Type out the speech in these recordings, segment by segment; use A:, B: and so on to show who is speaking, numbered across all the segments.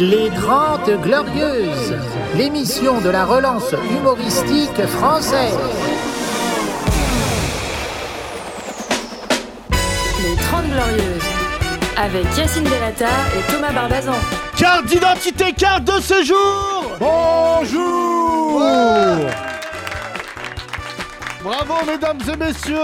A: Les Grandes Glorieuses, l'émission de la relance humoristique française.
B: Les 30 Glorieuses, avec Yacine Delata et Thomas Barbazan.
C: Carte d'identité, carte de séjour
D: Bonjour
C: Bravo mesdames et messieurs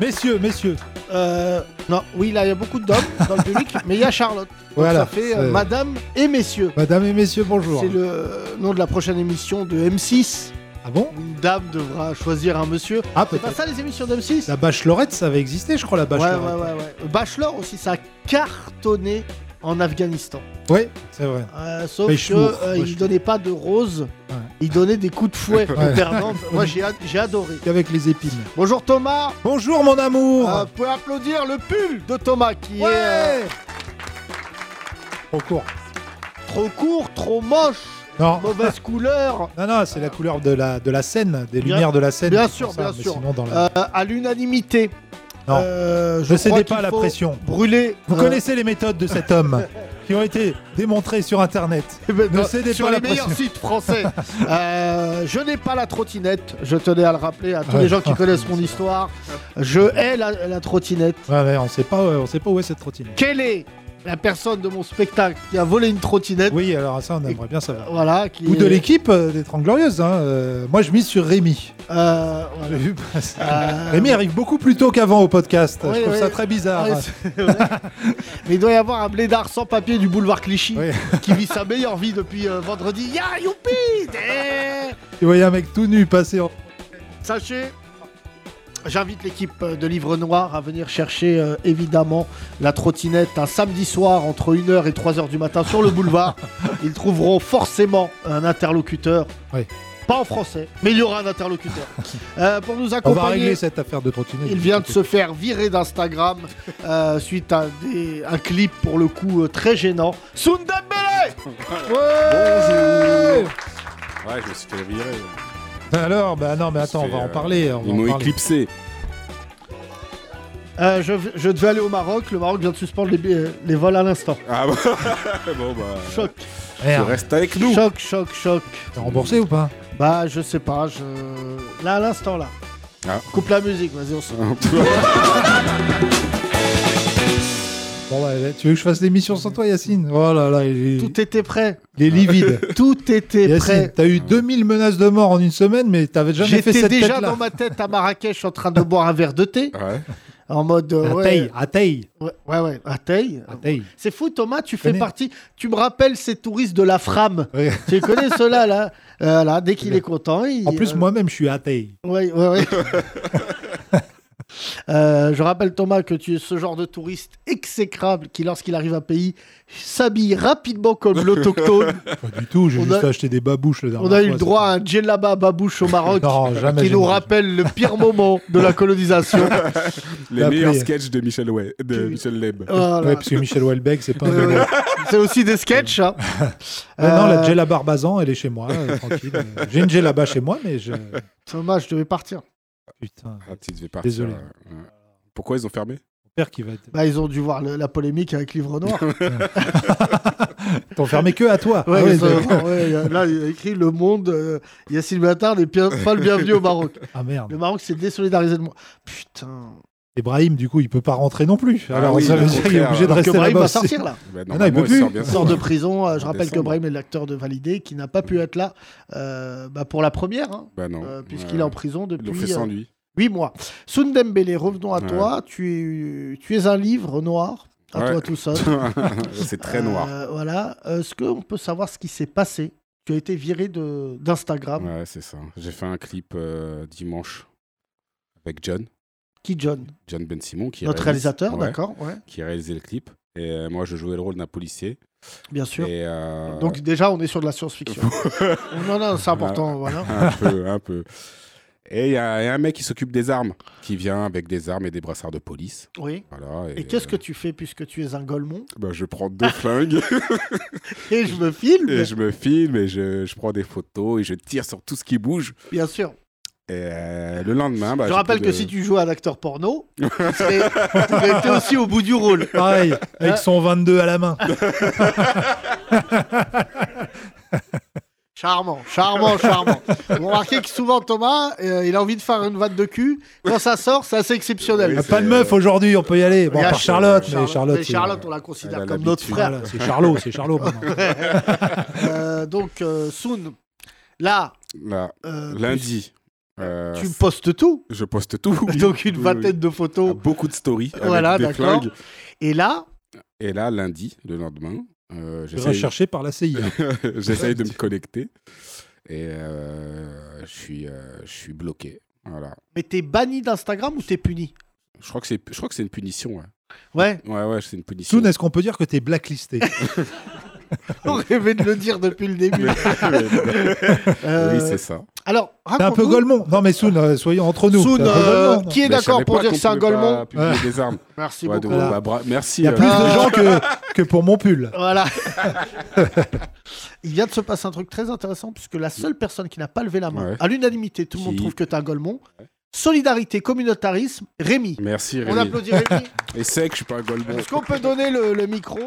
D: Messieurs, messieurs,
C: Euh, Non, oui, là, il y a beaucoup d'hommes dans le public, mais il y a Charlotte. Donc
D: Voilà,
C: ça fait euh,
D: c'est-
C: madame et messieurs.
D: madame et messieurs, bonjour.
C: C'est le nom de la prochaine émission de M6.
D: Ah bon
C: Une dame devra choisir un monsieur.
D: Ah
C: C'est pas
D: peut-être.
C: ça les émissions d'M6
D: La bachelorette, ça avait existé, je crois, la
C: Ouais, ouais,
D: bachelorette.
C: ouais, ouais. Bachelor aussi, ça a cartonné en Afghanistan.
D: Ouais, c'est vrai.
C: Euh, sauf
D: Pêche
C: que
D: lourd,
C: euh,
D: pêche
C: il donnait pas de rose,
D: Ouais.
C: il donnait des coups de fouet
D: Ouais.
C: aux perdants. Moi j'ai ad- j'ai adoré.
D: Avec les épines.
C: Bonjour Thomas.
D: Bonjour mon amour
C: Euh, vous pouvez applaudir le pull de Thomas qui
D: Ouais
C: est euh,
D: Trop court.
C: trop court, trop moche,
D: Non.
C: mauvaise couleur.
D: Non, non, c'est la couleur de la, de la scène, des
C: Bien-
D: lumières de la scène.
C: bien
D: c'est
C: sûr,
D: pour ça,
C: bien
D: mais
C: sûr.
D: Sinon dans la...
C: euh, à l'unanimité.
D: Non.
C: Euh,
D: ne cédez
C: crois
D: pas
C: qu'il
D: à la
C: faut
D: pression.
C: Brûler.
D: Vous
C: euh,
D: connaissez les méthodes de cet homme qui ont été démontrées sur Internet. Ne
C: Eh ben, dans-
D: cédez
C: Euh, sur
D: pas à
C: les
D: la
C: meilleurs
D: pression.
C: sites français. Euh, je n'ai pas la trottinette. Je tenais à le rappeler à tous
D: Ouais.
C: les gens qui connaissent mon histoire. Je hais la, la trottinette.
D: Ouais, ouais, on sait pas, ouais, on sait pas où est cette trottine.
C: Quelle est la personne de mon spectacle qui a volé une trottinette
D: Oui, alors ça, on aimerait bien savoir.
C: Voilà. Qui
D: Ou de
C: est-
D: l'équipe euh, des Trente Glorieuses. hein, euh, moi, je mise sur Rémi.
C: Euh, voilà.
D: J'ai vu passer.
C: Euh,
D: Rémi arrive beaucoup plus tôt qu'avant au podcast.
C: Ouais,
D: je trouve ça
C: ouais.
D: très bizarre. hein.
C: Ouais, c'est vrai. Mais il doit y avoir un blédard sans papier du boulevard Clichy
D: Oui.
C: qui vit sa meilleure vie depuis euh, vendredi. Ya, youpi Eh
D: Tu voyais un mec tout nu passer. En...
C: Sachez, j'invite l'équipe euh, de Livre Noir à venir chercher euh, évidemment la trottinette un samedi soir entre 1h et 3h du matin sur le boulevard. Ils trouveront forcément un interlocuteur.
D: Oui.
C: Pas en français, mais il y aura un interlocuteur. Euh, pour nous
D: On va
C: accompagner,
D: régler cette affaire de trottinette.
C: Il vient de se faire virer d'Instagram euh, suite à des- un clip pour le coup euh, très gênant. Sundambele
E: Bonjour Ouais, je me suis fait virer.
D: Alors, bah non, mais attends, on
E: C'est,
D: va en
E: euh,
D: parler. on va
E: Ils
D: en
E: m'ont
D: parler.
E: éclipsé.
C: Euh, je, je devais aller au Maroc. Le Maroc vient de suspendre les, billets- les vols à l'instant.
E: Ah bah, bon bah.
C: Choc,
E: Tu
D: Merde,
E: restes avec nous.
C: choc, choc, choc.
D: t'as remboursé ou pas
C: Bah, je sais pas. Je... Là, à l'instant, là.
E: Ah.
C: Coupe la musique, vas-y, on se.
D: Bon, bah, tu veux que je fasse l'émission sans toi, Yacine Oh là là, il est,
C: Tout était prêt.
D: il est livide.
C: Tout était
D: Yacine,
C: prêt.
D: t'as eu 2000 menaces de mort en une semaine, mais t'avais jamais fait
C: J'étais
D: cette
C: déjà
D: tête-là.
C: dans ma tête à Marrakech en train de boire un verre de thé.
E: Ouais.
C: En mode. euh,
D: À
C: ouais,
D: taille, à taille,
C: ouais, ouais, ouais, à Teil.
D: à taille.
C: C'est fou, Thomas, tu fais
D: Connais.
C: partie. Tu me rappelles ces touristes de la Fram.
D: Ouais.
C: Tu les connais ceux-là, là. Euh, là, dès qu'il
D: Oui.
C: est content. il-
D: En plus,
C: euh,
D: moi-même, je suis à taille.
C: ouais, ouais, ouais. Euh, je rappelle Thomas que tu es ce genre de touriste exécrable qui, lorsqu'il arrive à un pays, s'habille rapidement comme l'autochtone.
D: Pas du tout, j'ai
C: On
D: juste
C: a-
D: acheté des babouches la dernière
C: On a eu
D: fois, c'est
C: le droit
D: tout.
C: à un djellaba à babouche au Maroc
D: Non, jamais,
C: qui
D: j'ai
C: nous
D: mangé.
C: rappelle le pire moment de la colonisation.
E: Les
D: La
E: meilleurs
D: pluie.
E: sketchs de Michel Way, de
C: Tu-
E: Michel Leb.
C: Voilà.
D: Ouais, parce que Michel Houellebecq, c'est pas un
C: Ouais,
D: vélo.
C: ouais. C'est aussi des sketchs. hein.
D: Non, non, la
C: Euh,
D: Jella Barbazan, elle est chez moi, euh, tranquille. Euh, J'ai une Jella bas chez moi, mais je.
C: Thomas, je devais partir.
D: Putain,
E: Ah, petit, je vais partir.
D: Désolé.
E: Ouais. Pourquoi ils ont fermé
D: mon père qui va être-
C: Bah, ils ont dû voir le- la polémique avec Livre Noir.
D: t'enfermer que à toi.
C: Ouais,
D: Ah ouais,
C: ils ont-
D: d'accord.
C: ouais, euh, là, il y a écrit Le Monde, euh, Yacine Blattard n'est bien- pas le bienvenu au Maroc.
D: Ah merde.
C: Le Maroc s'est désolidarisé de moi. Putain.
D: Ibrahim, du coup, il peut pas rentrer non plus.
E: Ah
D: Alors
E: oui,
D: ça
E: le
D: veut dire qu'il est
E: contraire.
D: obligé de
E: Alors
C: Que
D: rester
C: Brahim
D: là-bas.
C: va
D: aussi.
C: sortir là.
E: hein. bah,
D: non, il peut
E: normalement,
D: plus.
E: sort bien
C: Sort de
E: sûr.
C: prison. euh, je
E: En
C: rappelle que
E: décembre.
C: Brahim est l'acteur de Validé qui n'a pas pu être là euh, bah, pour la première, hein,
E: Bah non.
C: euh, puisqu'il
E: Ouais.
C: est en prison
E: Ils l'ont
C: depuis
E: fait
C: euh,
E: sans lui.
C: 8 mois. Sundembele, revenons à
E: Ouais.
C: toi. Tu es, tu es un livre noir, à
E: Ouais.
C: toi tout seul.
E: C'est très noir.
C: Euh, voilà. Est-ce qu'on peut savoir ce qui s'est passé Tu as été viré de- d'Instagram.
E: Ouais, c'est ça. J'ai fait un clip euh, dimanche avec John,
C: Qui, John
E: John Ben Simon, qui
C: Notre
E: réalise-
C: réalisateur,
E: ouais,
C: d'accord, ouais,
E: qui a réalisé le clip. Et euh, moi, je jouais le rôle d'un policier.
C: bien sûr.
E: Et, euh,
C: Donc déjà, on est sur de la science-fiction. non, non, c'est important, voilà.
E: Ah, un peu, un peu. Et il y, a il y a un mec qui s'occupe des armes, qui vient avec des armes et des brassards de police.
C: Oui.
E: Voilà,
C: Et qu'est-ce que tu fais puisque tu es un golemon
E: bah, Je prends deux flingues
C: Et je me filme,
E: et je me filme et je, je prends des photos et je tire sur tout ce qui bouge.
C: bien sûr.
E: Et euh, le lendemain. bah,
C: je
E: j'ai
C: rappelle
E: plus
C: que
E: de-
C: si tu joues un acteur porno, tu serais- tu aurais été aussi au bout du rôle.
D: Pareil, avec son 22 à la main.
C: Charmant, charmant, charmant. Vous remarquez que souvent Thomas, euh, il a envie de faire une vanne de cul. Quand ça sort, c'est assez exceptionnel.
E: Oui,
D: Ah, Pas de
E: c'est, euh,
D: meuf aujourd'hui, on peut y aller. Bon,
C: Il y a
D: par Charlotte, mais Charlotte.
C: mais
D: c'est-
C: euh, Charlotte, on la
E: elle
C: considère
E: a
C: comme notre
E: l'habitude.
C: frère.
D: Voilà, c'est Charlot, c'est Charlot. maintenant.
C: Euh, donc, euh, Soon, là,
E: Là,
C: euh,
E: lundi, euh,
C: tu postes tout.
E: je poste tout.
C: Donc, une
E: Oui,
C: vingtaine
E: oui. Ah,
C: de photos.
E: Beaucoup de stories. avec
C: Voilà,
E: des
C: d'accord.
E: flingues.
C: Et là,
E: Et là, lundi, le lendemain, euh, j'essaye
D: Recherché par la CIA.
E: J'essaye de me connecter et euh, je suis euh, je suis bloqué. Voilà.
C: mais t'es banni d'Instagram ou t'es puni
E: Je crois que c'est je crois que c'est une punition. Ouais
C: Ouais,
E: ouais, ouais c'est une punition.
D: Soun, est-ce qu'on peut dire que t'es blacklisté
C: on rêvait de le dire depuis le début. Euh,
E: oui c'est ça.
C: Alors,
D: T'es un peu
C: raconte-nous,
D: Golemont. Non, mais Soun, euh, soyons entre nous.
C: Soun,
D: T'es un peu
C: euh,
D: Golemont, non
C: qui
E: Mais
C: est
E: je
C: d'accord
E: savais
C: pour
E: pas
C: dire
E: qu'on
C: que c'est un
E: pouvait
C: golemon
E: pas publier des armes.
C: Merci
E: Ouais,
C: beaucoup.
E: donc,
D: Voilà.
E: bah, bra- merci.
D: Il y a
E: euh,
D: plus de
C: Euh,
D: gens que, que pour mon pull.
C: Voilà. Il vient de se passer un truc très intéressant puisque la seule personne qui n'a pas levé la main,
E: Ouais.
C: à l'unanimité, tout le monde
E: Qui-
C: trouve que t'es un golemon. Solidarité, communautarisme, Rémi.
E: Merci
C: On
E: Rémi.
C: applaudit Rémi.
E: Et c'est que je suis pas un golemon.
C: Est-ce qu'on peut donner le, le micro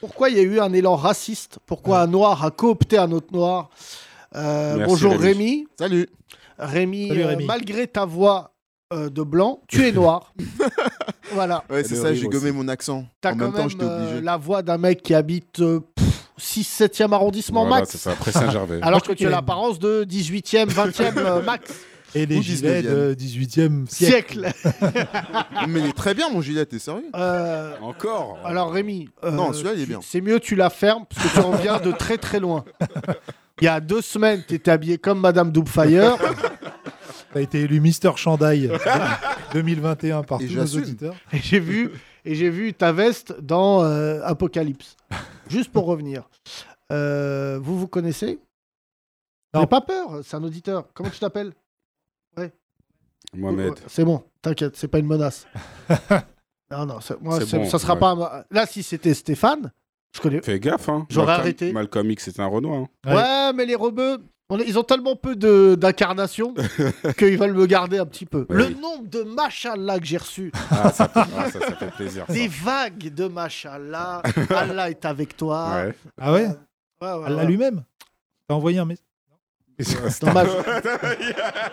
C: Pourquoi il y a eu un élan raciste Pourquoi un noir a coopté un autre noir Euh,
E: Merci,
C: Bonjour
E: Rémi.
C: Rémi.
F: Salut.
C: Rémi,
D: Salut,
C: euh,
D: Rémi.
C: malgré ta voix euh, de blanc, tu es noir. voilà.
F: Ouais, c'est
E: Le
F: ça,
E: rire
F: j'ai
E: aussi.
F: gommé mon accent.
C: T'as
F: en
C: quand
F: même, temps,
C: même
F: j'étais
C: euh,
F: obligé.
C: la voix d'un mec qui habite euh, 6 7e arrondissement
E: Voilà,
C: max.
E: c'est ça. Après Saint-Gervais.
C: Alors
D: Moi, je
C: que
D: trouve
C: tu
D: qu'il
C: as
D: a-
C: l'apparence de 18e, 20e euh, max
D: Et les
F: Ou
D: gilets
F: 19e.
D: de 18e siècle.
C: siècle.
F: Mais il est très bien, mon gilet, t'es sérieux
C: Euh,
E: Encore.
C: alors Rémi, euh,
F: Non, celui-là, il est
C: tu-
F: bien.
C: C'est mieux tu la fermes parce que tu reviens de très très loin. Il y a deux semaines, tu étais habillé comme Madame Doubtfire.
D: T'as été élu Mister Chandail 2021 par
F: Et
D: tous nos
F: j'assume.
D: auditeurs.
C: Et j'ai vu, et j'ai vu ta veste dans euh, Apocalypse. Juste pour revenir. Euh, vous vous connaissez
D: Non.
C: N'aie pas peur, c'est un auditeur. Comment tu t'appelles
E: Mohamed.
C: C'est bon, t'inquiète, c'est pas une menace. non, non, c'est- moi,
E: C'est
C: c'est-
E: bon,
C: ça sera
E: ouais.
C: pas. un ma- euh, Là, si c'était Stéphane, je connais.
E: Fais gaffe hein.
C: J'aurais
E: Malcolm-
C: arrêté.
E: Malcolm X c'est un Renoir. hein.
D: Ouais.
C: Ouais, mais les rebeux, on est- ils ont tellement peu de- d'incarnation qu'ils veulent me garder un petit peu.
E: Ouais,
C: Le
E: oui.
C: nombre de machallah que j'ai reçu,
E: Ah ça, fait- ah, ça, ça fait plaisir. ça.
C: des vagues de machallah. Allah est avec toi.
E: Ouais.
D: Ah ouais
C: Ouais, ouais,
D: Allah
C: ouais.
D: lui-même T'as envoyé un message
C: Dommage.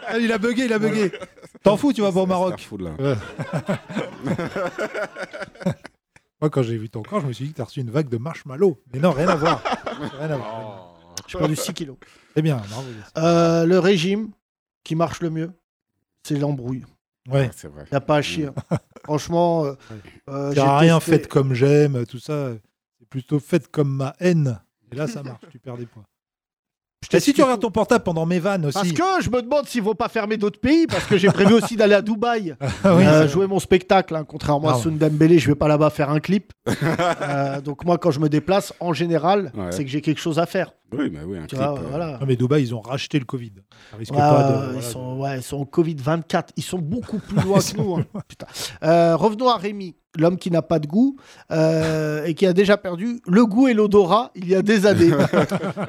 D: Ah, Il a bugué, il a bugué. T'en fous, tu vas pas au Maroc.
E: Starfood, là.
D: Moi, quand j'ai vu ton corps, je me suis dit que t'as reçu une vague de marshmallow. Mais non, rien à voir. Rien à voir.
C: J'ai perdu 6 kilos.
D: C'est Eh bien, bravo. Yassine.
C: Euh, le régime qui marche le mieux, c'est l'embrouille.
D: Ouais.
E: Ah, c'est vrai. Mm.
C: Il a pas à chier. hein. Franchement, euh, euh, j'ai
D: T'as rien
C: testé-
D: fait comme j'aime, tout ça. C'est plutôt fait comme ma haine. Et là, ça marche, tu perds des points. Et
C: Je
D: si
C: t'explique
D: tu regardes ton portable pendant mes vannes aussi.
C: Parce que je me demande s'ils vont pas fermer d'autres pays, parce que j'ai prévu aussi d'aller à Dubaï
D: Ah oui,
C: euh,
D: c'est-
C: jouer mon spectacle. hein. Contrairement à
D: Ah.
C: Soun Dembélé, je vais pas là-bas faire un clip. Euh, donc moi, quand je me déplace, en général,
E: Ouais.
C: c'est que j'ai quelque chose à faire.
E: Oui mais oui un
C: Tu
E: clip.
C: vois,
E: euh,
C: voilà.
D: Non, mais Dubaï, ils ont racheté le Covid. Ça risque
C: Ouais,
D: pas de.
C: ils,
D: voilà,
C: sont, ouais, ils sont au Covid-24. Ils sont beaucoup plus loin
D: Ils
C: que
D: sont
C: nous. hein. Putain. Euh, revenons à Rémi, l'homme qui n'a pas de goût euh, et qui a déjà perdu le goût et l'odorat il y a des années.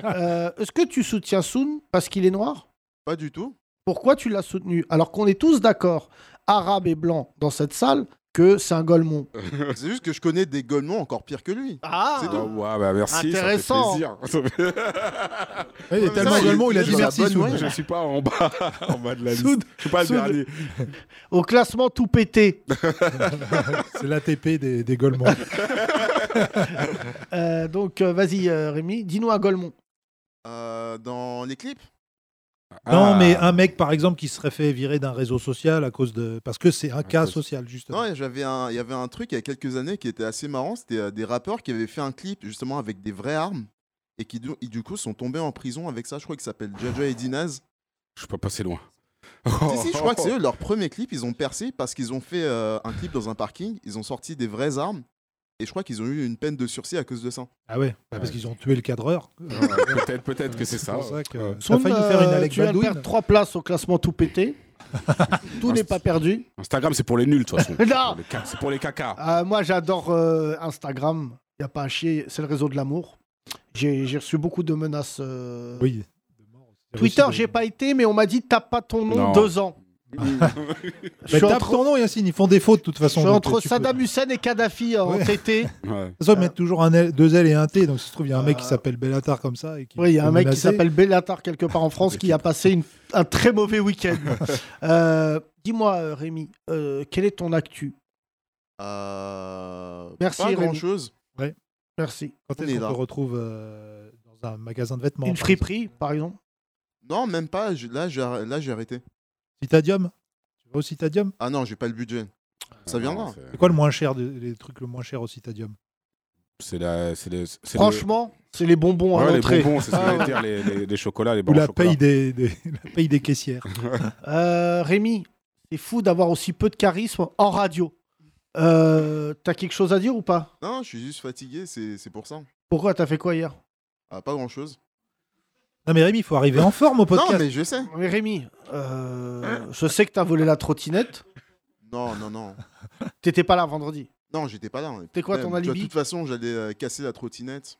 C: Euh, Est-ce que tu soutiens Soun parce qu'il est noir
F: Pas du tout.
C: Pourquoi tu l'as soutenu Alors qu'on est tous d'accord, arabes et blancs, dans cette salle, que c'est un golemon.
F: C'est juste que je connais des golemons encore pires que lui.
C: Ah
F: C'est
E: Ah, ouais, bah, merci,
C: Intéressant.
E: Ça fait plaisir.
D: Ouais, il est
F: Ouais,
D: tellement
F: mais ça,
D: allemand, il a
F: il est
D: dit
F: dans la
D: merci.
F: bonne
D: Soun.
F: Ouais.
E: Je suis pas en bas, en bas de la liste.
C: Soud.
E: je suis pas le
C: Soud.
E: dernier.
C: Au classement tout pété.
D: C'est l'ATP des, des Golemans.
C: Euh, donc euh, vas-y euh, Rémi, dis-nous un golemon.
F: Euh, dans les clips
E: Ah.
D: Non, mais un mec, par exemple, qui se serait fait virer d'un réseau social à cause de. Parce que c'est un cas
E: cause-
D: social, justement.
F: Non, j'avais un- il y avait un truc il y a quelques années qui était assez marrant. C'était euh, des rappeurs qui avaient fait un clip justement avec des vraies armes et qui du, du coup sont tombés en prison avec ça. Je crois que ça s'appelle Jaja et Dinaz.
E: Je suis pas passé loin.
F: Si, si, je crois que c'est eux, leur premier clip, ils ont percé parce qu'ils ont fait euh, un clip dans un parking, ils ont sorti des vraies armes, et je crois qu'ils ont eu une peine de sursis à cause de ça.
D: Ah ouais, bah parce qu'ils ont tué le cadreur.
E: Ouais, peut-être, peut-être que c'est ça.
D: pour ça que-
E: Ouais.
D: T'as failli faire une
C: euh,
D: Alec
C: tu viens de
D: Baldwin Ah,
C: perdre trois places au classement tout pété. tout n'est pas perdu.
E: Instagram, c'est pour les nuls, de toute façon.
C: Non.
E: Pour les ca- C'est pour les cacas.
C: Euh, moi, j'adore euh, Instagram. Il n'y a pas à chier. C'est le réseau de l'amour. J'ai j'ai reçu beaucoup de menaces. euh,
D: Oui.
C: Twitter, j'ai pas été, mais on m'a dit tape pas ton nom
E: Non.
C: deux ans. Je
D: Mais
C: suis
D: Bah, tape
C: entre,
D: ton nom, Yacine. Ils font des fautes de toute
C: je
D: façon.
C: suis
D: donc,
C: entre
D: tu peux-
C: Saddam Hussein et Kadhafi euh, en
D: Ouais.
C: TT.
E: Ouais.
D: De toute façon, ils mettent toujours un L- deux L et un T. Donc, si se trouve, il y a un mec qui
C: Euh,
D: s'appelle Bellatar comme ça. et qui-
C: Oui, il y a un mec qui
D: menacé.
C: s'appelle Bellatar quelque part en France qui a passé une- un très mauvais week-end. Euh, Dis-moi, euh, Rémi, euh, quelle est ton actu
F: Euh,
C: Merci,
F: Pas
C: Rémi.
F: grand chose.
C: Merci.
D: Quand
F: On
D: est-ce
F: est
D: qu'on
F: là.
D: te retrouve euh, dans un magasin de vêtements
C: Une
D: par exemple
C: friperie, par exemple
F: Non, même pas. je- Là, j'ai arr- là, j'ai arrêté.
D: Citadium Tu vas au Citadium
F: Ah non, j'ai pas le budget. Ça viendra.
E: Ah C'est-
D: C'est quoi le moins cher, de- les trucs le moins cher au Citadium
E: C'est la. C'est les- c'est
C: Franchement, Ah. c'est les bonbons
E: le-
C: à
E: Ouais, les
C: l'entrée.
E: bonbons, c'est ce que j'allais dire, les, les, les chocolats, les
D: Ou
E: barres au
D: la
E: chocolat.
D: paye des, des- la paye des caissières.
C: Euh, Rémi, c'est fou d'avoir aussi peu de charisme en radio. Euh, T'as quelque chose à dire ou pas
F: Non, je suis juste fatigué, c'est c'est pour ça.
C: Pourquoi T'as fait quoi hier
F: Ah, pas grand chose.
D: Non, mais Rémi, il faut arriver en forme au podcast.
F: Non, mais je sais.
C: Mais Rémi, euh, je sais que t'as volé la trottinette.
F: Non, non, non.
C: T'étais pas là vendredi.
F: Non, j'étais pas là.
C: T'es quoi, ton
F: Même, tu vois,
C: alibi
F: De toute façon, j'allais euh, casser la trottinette.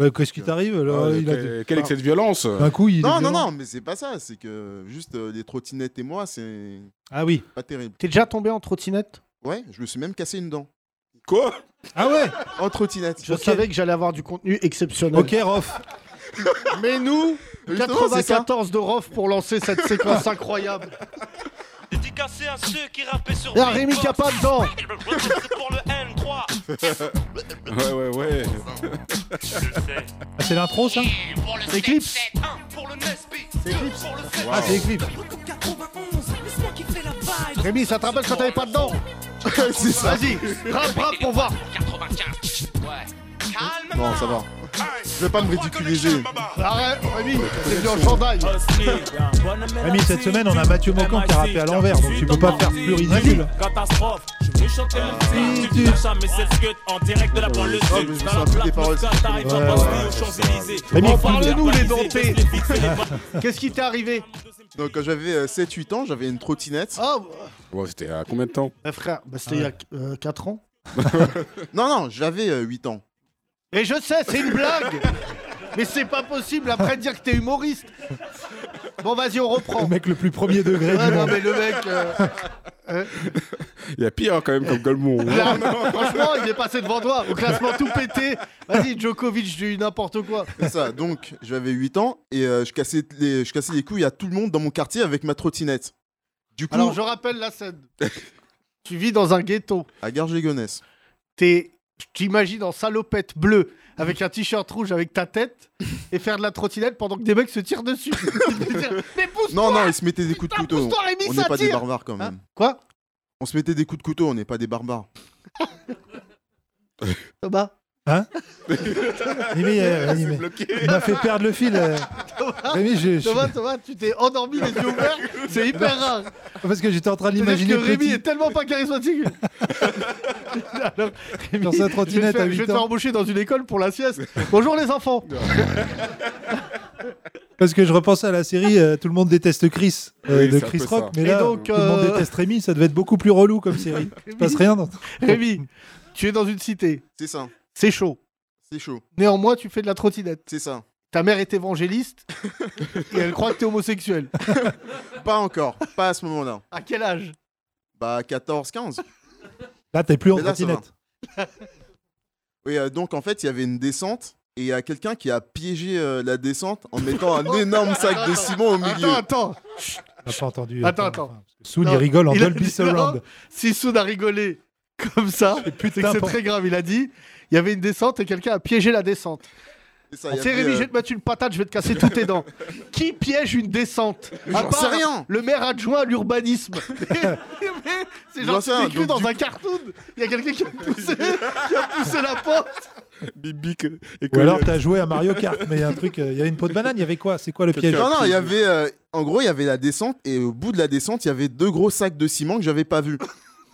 D: Ouais, Qu'est-ce qui t'arrive
E: Ah,
D: là,
E: le-
D: il a-
E: quel- Quel excès de violence
D: D'un coup, il. est
F: Non, non,
D: violent.
F: non, mais c'est pas ça. C'est que juste euh, les trottinettes et moi, c'est
D: Ah oui.
F: pas terrible.
C: T'es déjà tombé en trottinette
F: Ouais, je me suis même cassé une dent.
E: Quoi
D: Ah ouais
F: En trottinette.
C: Je
D: Ok.
C: savais que j'allais avoir du contenu exceptionnel.
D: Ok, Rof.
C: Mais nous,
F: Justement, c'est ça.
C: 94 de Rof pour lancer cette séquence incroyable.
G: Dédicacé à ceux qui rappaient sur
C: Et un Rémi qui a pas dedans.
G: Beatbox. C'est pour le N3
E: Ouais, ouais, ouais.
G: Je le sais
D: Ah, c'est l'intro, ça
G: Pour le
C: C'est Eclipse.
G: 7-7-1, Pour le Nesby Pour le 7
D: Ah, c'est Eclipse.
C: Rémi, ça te rappelle quand t'avais pas dedans
F: c'est ça.
C: Vas-y, rappe, rappe pour voir.
G: 95 Ouais Calme
F: Non, ça va. Je vais pas me ridiculiser.
C: Arrête, Rémi, c'est venu en chandail.
D: Rémi, Ah, cette semaine, on a Mathieu Mocan qui a rappé à l'envers, donc tu peux pas faire plus ridicule.
H: Catastrophe, je vais chanter mon style. Tu t'achats, mais cette scut en direct de la pointe le
F: Ah, mais je me sens un peu des paroles.
H: T'arrives en
D: Ouais,
H: Bosnie,
F: ouais,
H: aux
F: c'est ça.
H: Champs-Élysées.
C: Rémi,
H: On
C: parle-nous,
H: parle
C: les
H: de
C: dentés.
H: Paris, les fixer, les
C: Qu'est-ce qui t'est arrivé
F: Donc, quand j'avais euh, 7-8 ans, j'avais une trottinette.
C: Oh,
E: Bon, c'était à combien de temps
C: bah, frère, bah, c'était il y
D: euh,
C: a 4 ans.
F: Non, non, j'avais euh, 8 ans.
C: Et je sais, c'est une blague Mais c'est pas possible après de dire que t'es humoriste Bon, vas-y, on reprend.
D: Le mec le plus premier degré
C: Oh. Ouais,
D: du
C: non,
D: monde.
C: mais le mec, euh,
E: Il y a pire hein, quand même comme Golemont.
C: là, franchement, il est passé devant toi, au classement tout pété. Vas-y, Djokovic, du n'importe quoi.
F: C'est ça. Donc, j'avais 8 ans et euh, je, cassais les... je cassais les couilles à tout le monde dans mon quartier avec ma trottinette. Du coup,
C: Alors, je rappelle la scène. tu vis dans un ghetto.
F: à Garges-Gonesse.
C: T'es, je t'imagine en salopette bleue, avec un t-shirt rouge avec ta tête, et faire de la trottinette pendant que des mecs se tirent dessus. Ils te disent, Mais pousse
F: Non, non, ils se mettaient des coups de couteau.
C: pousse-toi, Rémi,
F: On n'est
C: ça
F: pas des
C: tire
F: barbares quand
C: Hein
F: même.
C: Quoi
F: On se mettait des coups de couteau, on n'est pas des barbares.
C: Thomas
D: Hein
C: Ah,
D: Rémi, euh, Rémi, mais- il m'a fait perdre le fil. euh. Rémi, je, je-
C: Thomas, Thomas, tu t'es endormi les yeux ouverts, c'est hyper rare.
D: parce que j'étais en train
C: C'est-à-dire
D: d'imaginer
C: que Rémi
D: petit
C: est tellement pas charismatique. Alors, Rémi,
D: sur sa
C: je vais
D: trottinette
C: te-
D: à
C: je vais
D: 8
C: te
D: ans.
C: embaucher dans une école pour la sieste. Bonjour les enfants.
D: Parce que je repensais à la série euh, Tout le monde déteste Chris euh,
E: Oui,
D: de
E: c'est un
D: Chris
E: peu
D: Rock,
E: ça.
D: mais
C: Et
D: là,
C: donc,
D: tout le monde
C: euh,
D: déteste Rémi, ça devait être beaucoup plus relou comme série. Il se passe rien. Dans...
C: Rémi, tu es dans une cité,
F: C'est ça.
C: c'est chaud.
F: C'est chaud.
C: Néanmoins, tu fais de la trottinette.
F: C'est ça.
C: Ta mère est évangéliste et elle croit que t'es homosexuel.
F: Pas encore. Pas à ce moment-là.
C: À quel âge
F: Bah, 14, 15.
D: Là, t'es plus en
F: Mais là, ça va.
D: trottinette.
F: Oui, euh, donc en fait, il y avait une descente et il y a quelqu'un qui a piégé euh, la descente en mettant un énorme sac de ciment au milieu.
C: Attends, attends.
D: On n'a pas entendu. euh.
C: Attends, attends.
D: Enfin, parce que Soun, il
C: Non,
D: rigole en
C: il a
D: Dolby
C: dit
D: Surround.
C: non. Si Soud a rigolé comme ça, c'est que c'est
D: pour-
C: très grave. Il a dit il y avait une descente et quelqu'un a piégé la descente.
F: C'est ça,
C: Tu
F: il y
C: sais,
F: avait,
C: Rémi,
F: euh,
C: je vais te mettre une patate, je vais te casser toutes tes dents. Qui piège une descente À
F: j'en
C: part
F: sais rien.
C: Le maire adjoint à l'urbanisme. Mais c'est
F: J'en
C: genre,
F: sais rien,
C: c'est cru
F: donc
C: dans
F: du
C: un cartoon. Il y a quelqu'un qui, a poussé- qui a poussé la porte.
E: Bibic. Et
D: Ou alors, t'as joué à Mario Kart, mais il y a un truc. euh, Il y avait une peau de banane, il y avait quoi C'est quoi le piège
F: Non, non, il y avait. euh, en gros, il y avait la descente et au bout de la descente, il y avait deux gros sacs de ciment que j'avais pas vus.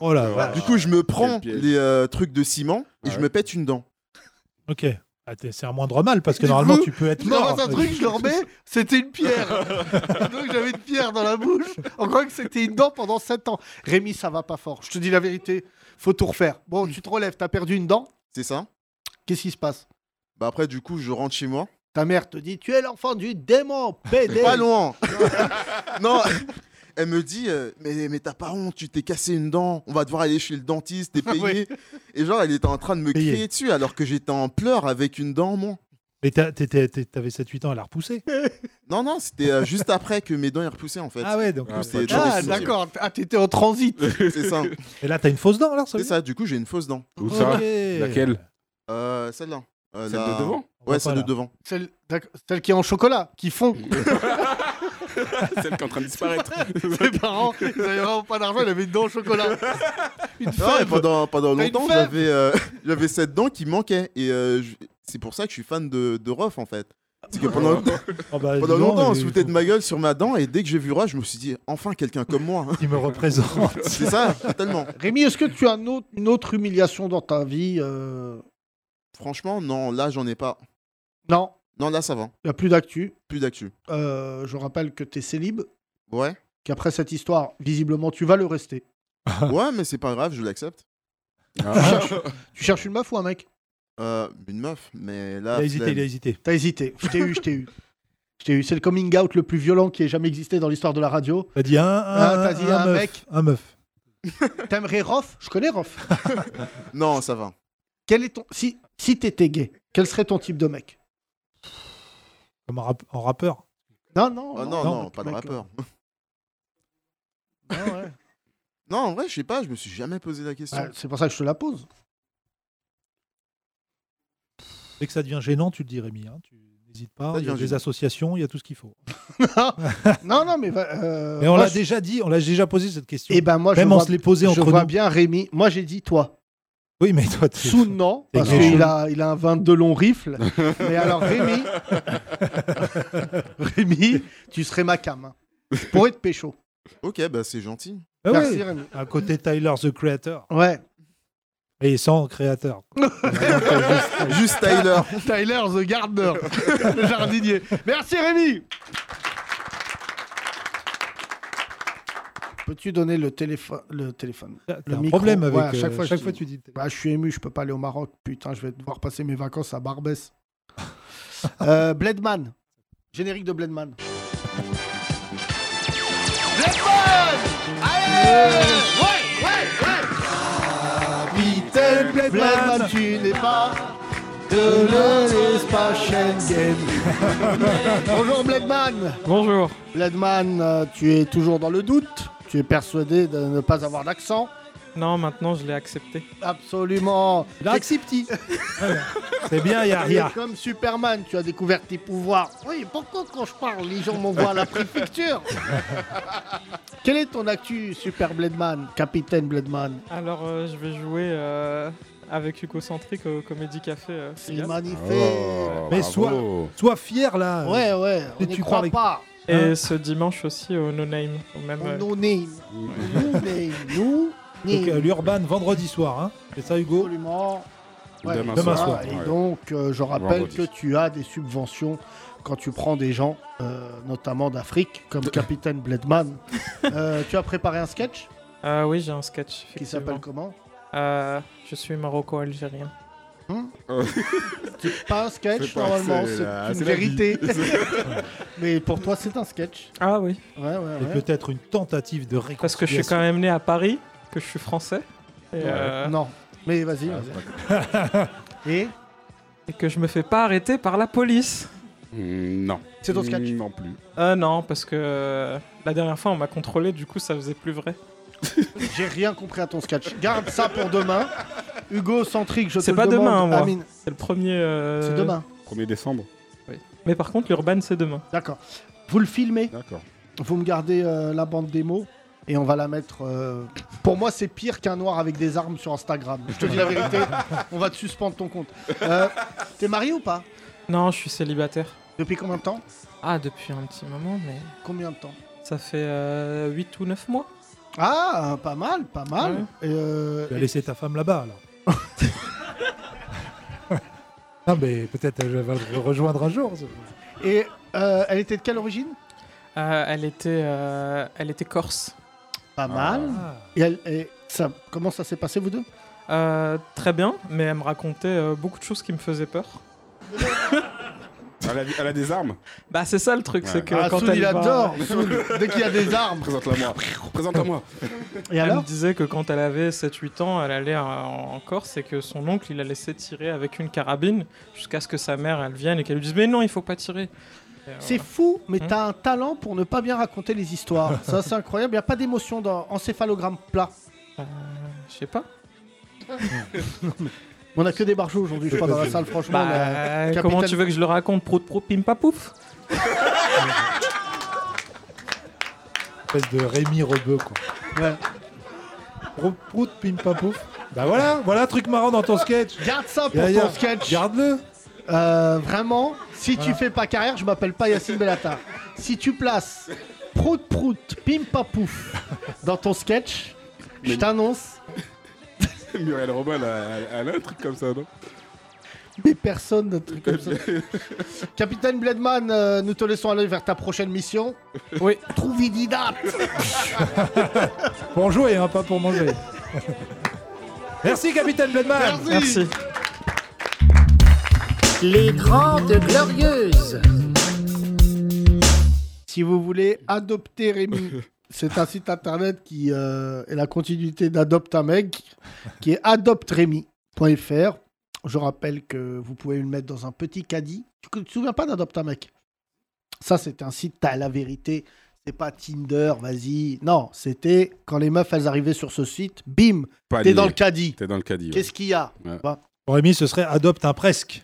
D: Oh là là.
F: Du coup, je me prends
E: piège.
F: les euh, trucs de ciment et
E: Ah
F: je
E: ouais.
F: me pète une dent.
D: Ok. Ah, t'es- c'est un moindre mal parce que
C: Du
D: normalement
C: coup,
D: tu peux être
C: Je leur
D: mort. euh,
C: avance un truc, je le remets, c'était une pierre. Et donc j'avais une pierre dans la bouche, en croyant que c'était une dent pendant 7 ans. Rémi, ça va pas fort, je te dis la vérité, faut tout refaire. Bon, tu te relèves, t'as perdu une dent,
F: C'est ça
C: qu'est-ce qui se passe
F: Bah, après, du coup, je rentre chez moi.
C: Ta mère te dit, tu es l'enfant du démon, PD.
F: Pas loin Non Elle me dit, euh, mais, mais t'as pas honte, tu t'es cassé une dent, on va devoir aller chez le dentiste, t'es payé. Et genre, elle était en train de me
D: Payé.
F: crier dessus alors que j'étais en pleurs avec une dent en moins.
D: Mais t'as- t'étais- t'étais- t'avais 7-8 ans, elle a repoussé.
F: Non, non, c'était euh, juste après que mes dents aient repoussé en fait.
D: Ah ouais, donc.
E: Ah,
D: c'est-
F: C'était dans les
C: Ah,
F: sous-
C: d'accord. Ah, t'étais en transit.
F: C'est ça,
D: Et là, t'as une fausse dent alors, ça
F: c'est
D: veut
F: ça. Du coup, j'ai une fausse dent.
E: Où
D: dire
E: ça
D: Ok.
E: Laquelle
F: Euh, Celle-là. Euh,
E: Celle
F: la-
E: de devant
D: On voit
F: Ouais,
D: pas,
F: celle de
D: là.
F: devant.
C: Celle, d'accord, celle qui est en chocolat, qui fond.
E: Celle qui est en train de disparaître.
C: Mes parents, ils avaient vraiment pas d'argent, ils avaient une dent au chocolat. Une
F: Ah ouais,
C: fève.
F: pendant, pendant
C: T'as une
F: longtemps,
C: fève
F: j'avais, euh, j'avais cette dent qui manquait. Et euh, je- c'est pour ça que je suis fan de, de Ruff, en fait. Parce que
E: Oh.
F: pendant,
D: Ah bah,
F: pendant
D: dis donc,
F: longtemps, on
D: il-
F: se foutait de ma gueule sur ma dent. Et dès que j'ai vu Ruff, je me suis dit, enfin quelqu'un comme moi. hein.
D: Il me représente.
F: c'est ça, totalement.
C: Rémi, est-ce que tu as un autre- une autre humiliation dans ta vie euh,
F: Franchement, non, là, j'en ai pas.
C: Non,
F: Non, là, ça va.
C: il n'y a plus d'actu.
F: Plus d'actu.
C: Euh, je rappelle que t'es célib,
F: Ouais.
C: qu'après cette histoire, visiblement, tu vas le rester.
F: Ouais, mais c'est pas grave, je l'accepte.
E: Ah,
C: Tu cherches une meuf ou un mec
F: Euh, une meuf, mais
D: Il
F: là.
D: a hésité,
F: flemme.
D: il a hésité.
C: T'as hésité. Je t'ai eu, je t'ai eu. Je t'ai eu. C'est le coming out le plus violent qui ait jamais existé dans l'histoire de la radio.
D: T'as dit un, un,
C: Ah, t'as dit un
D: meuf,
C: mec.
D: Un meuf.
C: T'aimerais Rof Je connais Rof.
F: Non, ça va.
C: Quel est ton... Si, si t'étais gay, quel serait ton type de mec
D: Comme un rap- en rappeur.
C: Non, Oh, non.
F: Ah, non,
D: non,
F: non,
D: mec,
F: pas de
C: mec,
F: rappeur.
C: non, ouais.
F: Non, en vrai, je sais pas, je me suis jamais posé la question.
C: Bah, C'est pour ça que je te la pose.
D: Dès que ça devient gênant, tu le dis, Rémi. hein. Tu n'hésites pas.
F: Ça
D: Il y a
F: devient
D: des
F: gênant.
D: associations, il y a tout ce qu'il faut.
C: non, non, mais... va- euh,
D: Mais on
C: moi,
D: l'a
C: je-
D: déjà dit, on l'a déjà posé cette question.
C: Eh ben moi,
D: Même
C: je
D: on
C: vois,
D: se l'est posé
C: je
D: entre
C: vois
D: nous.
C: bien Rémi. Moi, j'ai dit toi.
D: Oui, mais toi, t'es-
C: Soun, non,
D: t'es
C: parce
D: gay.
C: qu'il a, il a un 22 long rifle. mais alors, Rémi... Rémi, tu serais ma cam. hein. Je pourrais te pécho.
F: Ok, bah c'est gentil.
D: Ah ouais,
C: Merci, Rémi.
D: à côté Tyler the Creator
C: Ouais.
D: et sans créateur.
F: Juste Tyler.
C: Tyler the Gardener, le jardinier. Merci Rémi. Peux-tu donner le téléphone le téléphone
D: T'as
C: Le
D: un
C: micro,
D: problème avec.
C: ouais, à chaque
D: euh,
C: fois, je
D: chaque
C: dis-
D: fois tu dis.
C: Bah, je suis ému, je peux pas aller au Maroc. Putain, je vais devoir passer mes vacances à Barbès. Euh, Bledman. Générique de Bledman. Capitaine Bledman, tu n'es pas de l'espace Schengen. Bonjour Bledman.
I: Bonjour.
C: Bledman, euh, tu es toujours dans le doute. Tu es persuadé de ne pas avoir d'accent.
I: Non, maintenant je l'ai accepté.
C: Absolument.
D: L'accepti. C'est bien,
C: Tu es
D: Yahya.
C: comme Superman, tu as découvert tes pouvoirs. Oui, pourquoi quand je parle, les gens m'envoient à la préfecture Quel est ton actu, Super Bledman, Capitaine Bledman
I: Alors euh, je vais jouer euh, avec Hugo Centric au Comédie Café. euh,
C: C'est
I: Cigale.
C: magnifique.
D: Oh, Mais
E: bravo.
D: soit- Sois fier là.
C: Ouais, ouais, on
D: Et
C: n'y
D: tu Hein
C: croit
D: parles-
C: pas.
I: Et ce dimanche aussi au No Name. au Même,
C: On
I: euh,
C: nous name. Nous name. Nous
D: Donc euh,
C: name.
D: l'Urban vendredi soir, hein. c'est ça Hugo
C: Absolument. Ouais,
E: Demain,
D: demain
E: soir.
D: soir.
C: Et
E: Ouais.
C: donc, euh, je rappelle
E: Vendredi.
C: que tu as des subventions quand tu prends des gens, euh, notamment d'Afrique, comme Capitaine Bledman. Euh, tu as préparé un sketch
I: euh, oui, j'ai un sketch.
C: qui
I: effectivement.
C: s'appelle comment
I: Euh, Je suis maroco-algérien.
C: Hein C'est pas un sketch,
E: C'est pas-
C: normalement,
E: c'est
C: c'est
E: la-
C: une
E: c'est la
C: vérité. Mais pour toi, c'est un sketch.
I: Ah oui.
C: Ouais, ouais,
D: C'est
C: ouais.
D: peut-être une tentative de réconciliation.
I: Parce que je suis quand même né à Paris, que je suis français. Et, euh,
C: Non, mais vas-y,
E: Ah,
C: vas-y. Et
I: et que je me fais pas arrêter par la police.
E: Mm, Non.
C: C'est ton sketch.
E: Mm, Non plus.
I: Euh, non, parce que euh, la dernière fois on m'a contrôlé, du coup ça faisait plus vrai.
C: j'ai rien compris à ton sketch. Garde ça pour demain. Hugo Centric, je te
I: C'est
C: le
I: pas
C: demande.
I: demain, moi.
C: Amine,
I: C'est le premier. euh,
C: c'est demain.
E: 1er décembre.
I: Mais par contre, l'urban c'est demain.
C: D'accord. Vous le filmez,
E: D'accord.
C: vous me gardez euh, la bande démo et on va la mettre. euh, Pour moi, c'est pire qu'un noir avec des armes sur Instagram. Je te dis la vérité, on va te suspendre ton compte. Euh, T'es marié ou pas
I: Non, je suis célibataire.
C: Depuis combien de temps
I: Ah, depuis un petit moment, mais
C: Combien de temps
I: ça fait euh, 8 ou 9 mois.
C: Ah, pas mal, pas mal. Et, euh,
D: Tu as laissé ta femme là-bas alors. non mais peut-être elle va le rejoindre un jour. ça.
C: et, euh, elle était de quelle origine
I: Euh, elle, était, euh, elle était corse.
C: Pas mal.
D: Ah.
C: Et, elle- et ça, comment ça s'est passé, vous deux
I: Euh, très bien, mais elle me racontait euh, beaucoup de choses qui me faisaient peur.
E: Elle a, elle a des armes
I: Bah, c'est ça le truc,
E: Ouais.
I: c'est que
C: Ah,
I: quand
C: Soul,
I: elle
C: il
I: va-
C: adore. Soul, dès qu'il y a des armes.
E: Présente-la-moi. Présente-la-moi.
I: Elle
C: Et
I: me
C: alors
I: disait que quand elle avait 7-8 ans, elle allait en en Corse et que son oncle, il la laissait tirer avec une carabine jusqu'à ce que sa mère, elle vienne et qu'elle lui dise Mais non, il faut pas tirer. Et, euh,
C: C'est fou, mais
I: Hmm.
C: t'as un talent pour ne pas bien raconter les histoires. Ça, c'est incroyable. Il n'y a pas d'émotion dans encéphalogramme plat.
I: Euh, Je sais pas.
C: On a que des barjots aujourd'hui, je crois, dans la salle, franchement.
I: Bah,
C: là.
I: euh,
C: capitaine-
I: comment tu veux que je le raconte Prout prout pim pa pouf
D: Espèce de Rémi Rebeu, quoi.
C: Ouais.
D: Prout, prout, pim, pam, pouf. Bah voilà, voilà un truc marrant dans ton sketch.
C: Garde ça pour
D: Ya, ya.
C: ton sketch.
D: Garde-le.
C: Euh, vraiment, si tu fais pas carrière, je m'appelle pas Yacine Bellata. si tu places prout prout, pim papouf dans ton sketch, je t'annonce,
E: Muriel Robin, elle a, elle a- elle a un truc comme ça, non
C: des personnes de trucs comme ça. Capitaine Bledman, euh, nous te laissons aller vers ta prochaine mission.
I: Oui.
C: Trouve une date.
D: Pour jouer, hein, pas pour manger. Merci, capitaine Bledman.
I: Merci.
A: Les Grandes Glorieuses.
C: Si vous voulez adopter Rémi, c'est un site internet qui euh, est la continuité d'Adopte un mec, qui est adopteremy.fr. Je rappelle que vous pouvez le mettre dans un petit caddie. Tu te souviens pas d'Adopte un mec Ça, c'est un site, t'as la vérité. C'est pas Tinder, vas-y. Non, c'était quand les meufs, elles arrivaient sur ce site, bim,
E: Pas
C: t'es
E: lié.
C: dans le caddie.
E: T'es dans le caddie. ouais.
C: Qu'est-ce qu'il y a
D: Pour Rémi, ce serait adopte un presque.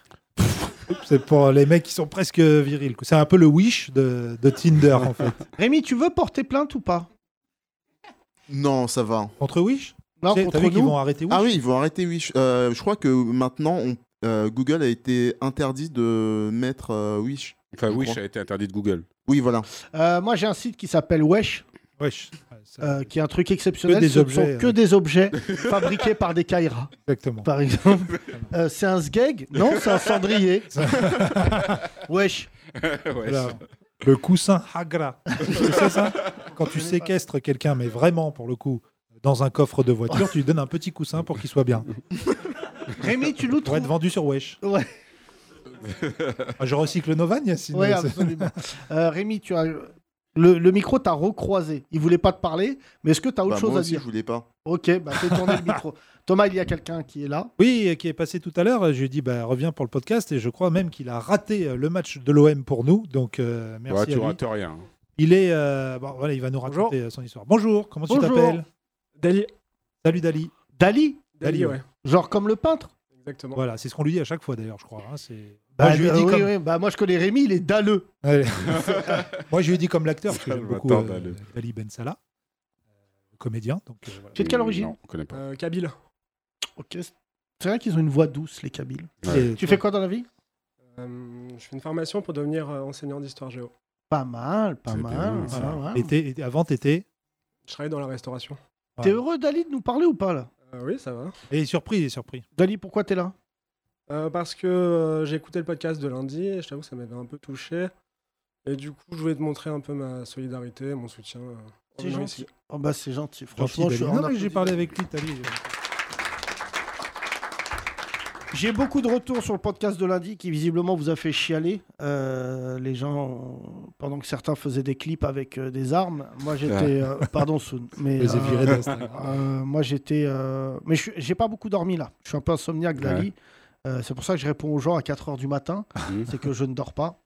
D: C'est pour les mecs qui sont presque virils. quoi. C'est un peu le wish de, de Tinder, en fait.
C: Rémi, tu veux porter plainte ou pas
F: Non, ça va.
D: Contre Wish
C: Non,
D: Tu sais,
C: contre
D: T'as vu qu'ils
C: nous.
D: vont arrêter Wish
F: Ah oui, ils vont arrêter Wish. Euh, je crois que maintenant, on- euh, Google a été interdit de mettre euh, Wish.
E: Enfin,
F: Je
E: Wish
F: crois.
E: a été interdit de Google.
F: Oui, voilà.
C: Euh, moi, j'ai un site qui s'appelle Wesh.
D: Wish. Ouais, ça-
C: Euh, qui est un truc exceptionnel.
D: Que des
C: ce ne
D: objets,
C: sont que
D: euh.
C: des objets fabriqués par des Kairas,
D: Exactement.
C: par exemple. Euh, c'est un sgeg Non, c'est un cendrier. Wesh.
E: ouais.
D: Voilà. Le coussin Hagra. C'est ça, ça Quand tu séquestres quelqu'un, mais vraiment, pour le coup, dans un coffre de voiture, tu lui donnes un petit coussin pour qu'il soit bien.
C: Rémi, tu nous
D: Pour être
C: trouves.
D: vendu sur Wesh.
C: Ouais.
D: Ah, je recycle Novan, Yacine.
C: Ouais,
D: C'est-
C: absolument. Euh, Rémi, tu as. Le, le micro t'a recroisé. Il voulait pas te parler, mais est-ce que tu as autre
F: Bah,
C: chose
F: moi
C: à
F: aussi,
C: dire
F: je voulais pas.
C: Ok, bah fais tourner le micro. Thomas, il y a quelqu'un qui est là.
D: Oui, euh, qui est passé tout à l'heure. euh, Je lui ai dit, bah, reviens pour le podcast. Et je crois même qu'il a raté euh, le match de l'OM pour nous. Donc, euh,
E: Ouais,
D: merci
E: tu
D: à lui.
E: rates rien.
D: Il est. euh, bon, voilà, il va nous raconter euh, son histoire. Bonjour, comment tu
C: Bonjour.
D: t'appelles
J: Dali.
D: Salut Dali.
C: Dali
J: Dali, ouais.
C: Genre comme le peintre
J: Exactement.
D: Voilà, c'est ce qu'on lui dit à chaque fois d'ailleurs, je crois. hein, c'est-
C: Bah,
D: moi, je lui ai
C: euh,
D: dit
C: oui,
D: comme...
C: oui, bah, moi, je connais Rémi, il est dalleux.
D: Allez. Moi, je lui ai dit comme l'acteur, parce que j'aime beaucoup
E: Salvatore
D: euh,
E: Dali.
D: Dali Ben Salah, euh, comédien. Donc, euh, voilà.
C: Tu es de quelle origine
E: Non, on connaît pas.
J: Euh, Kabyle.
C: Ok. C'est vrai qu'ils ont une voix douce, les Kabyles.
E: Ouais.
D: Et-
C: Tu fais quoi dans la vie
J: Euh, je fais une formation pour devenir euh, enseignant d'histoire géo.
C: Pas mal, pas
E: C'est hein.
C: mal.
E: bien, ça.
C: voilà, voilà.
D: et t'es- et avant, t'étais.
J: Je travaille dans la restauration.
C: T'es heureux, Dali, de nous parler ou pas là
J: Euh, oui, ça va.
D: Et il est surpris, il est surpris.
C: Dali, pourquoi t'es là
J: Euh, parce que euh, j'ai écouté le podcast de lundi et je t'avoue que ça m'avait un peu touché. Et du coup, je voulais te montrer un peu ma solidarité, mon soutien. euh, en
C: C'est
J: venant
C: gentil.
J: ici.
C: Oh bah c'est gentil,
D: Gentil,
C: franchement. je
D: Dali.
C: suis
D: Non,
C: en
D: mais j'ai parlé avec lui,
C: euh,
D: Dali.
C: J'ai beaucoup de retours sur le podcast de lundi qui visiblement vous a fait chialer. Euh, les gens, ont- pendant que certains faisaient des clips avec euh, des armes, moi j'étais, euh, pardon Soun, mais
D: Il les a
C: euh,
D: virés d'Instagram.
C: euh, moi j'étais, euh, mais je suis- j'ai pas beaucoup dormi là. Je suis un peu insomniaque, Dali. Euh, c'est pour ça que je réponds aux gens à 4 h du matin,
E: Mhm.
C: c'est que je ne dors pas.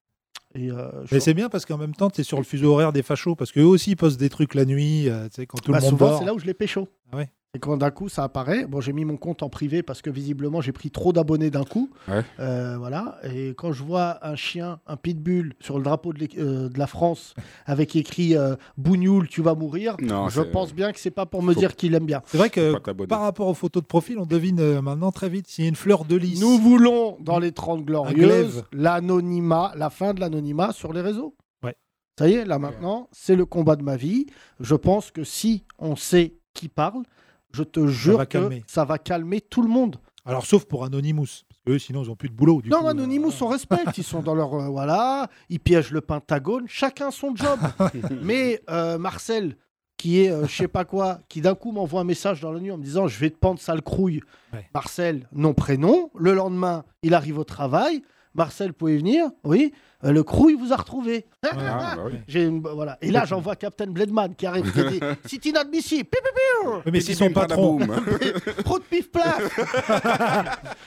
C: Et euh, je
D: Mais c'est bien parce qu'en même temps, tu es sur le fuseau horaire des fachos parce qu'eux aussi ils postent des trucs la nuit, euh, tu sais, quand tout
C: Bah,
D: le monde
C: souvent,
D: dort.
C: c'est là où je les pécho.
D: Ah ouais.
C: Et quand d'un coup ça apparaît, bon j'ai mis mon compte en privé parce que visiblement j'ai pris trop d'abonnés d'un coup.
E: Ouais.
C: Euh, voilà. Et quand je vois un chien, un pitbull sur le drapeau de, l'é- euh, de la France avec écrit euh, Bougnoul, tu vas mourir,
E: Non,
C: je
E: c'est-
C: pense bien que c'est pas pour me
E: Faut-
C: dire qu'il aime bien.
D: C'est vrai que
E: Pas t'abonner.
D: par rapport aux photos de profil, on devine euh, maintenant très vite s'il y a une fleur de lys.
C: Nous voulons dans les 30
D: glaive.
C: glorieuses l'anonymat, la fin de l'anonymat sur les réseaux.
D: Ouais.
C: Ça y est, là maintenant, c'est le combat de ma vie. Je pense que si on sait qui parle, je te jure
D: va
C: que
D: calmer.
C: ça va calmer tout le monde.
D: Alors sauf pour Anonymous, parce que eux, sinon ils ont plus de boulot. Du
C: non,
D: coup, euh,
C: Anonymous, on respecte. Ils sont dans leur. euh, voilà, ils piègent le Pentagone. Chacun son job. Mais euh, Marcel, qui est euh, je sais pas quoi, qui d'un coup m'envoie un message dans la nuit en me disant Je vais te pendre, sale crouille.
D: Ouais.
C: Marcel, non prénom. Le lendemain, il arrive au travail. Marcel, pouvez venir Oui. Euh, le Crouille vous a retrouvé.
E: Ah, bah oui.
C: J'ai une- voilà. Et là, j'envoie Captain Bledman qui arrive. qui dit, C'est inadmissible. Piou, piou, piou.
D: Oui, mais si son patron,
C: hein. Trop de pif plat.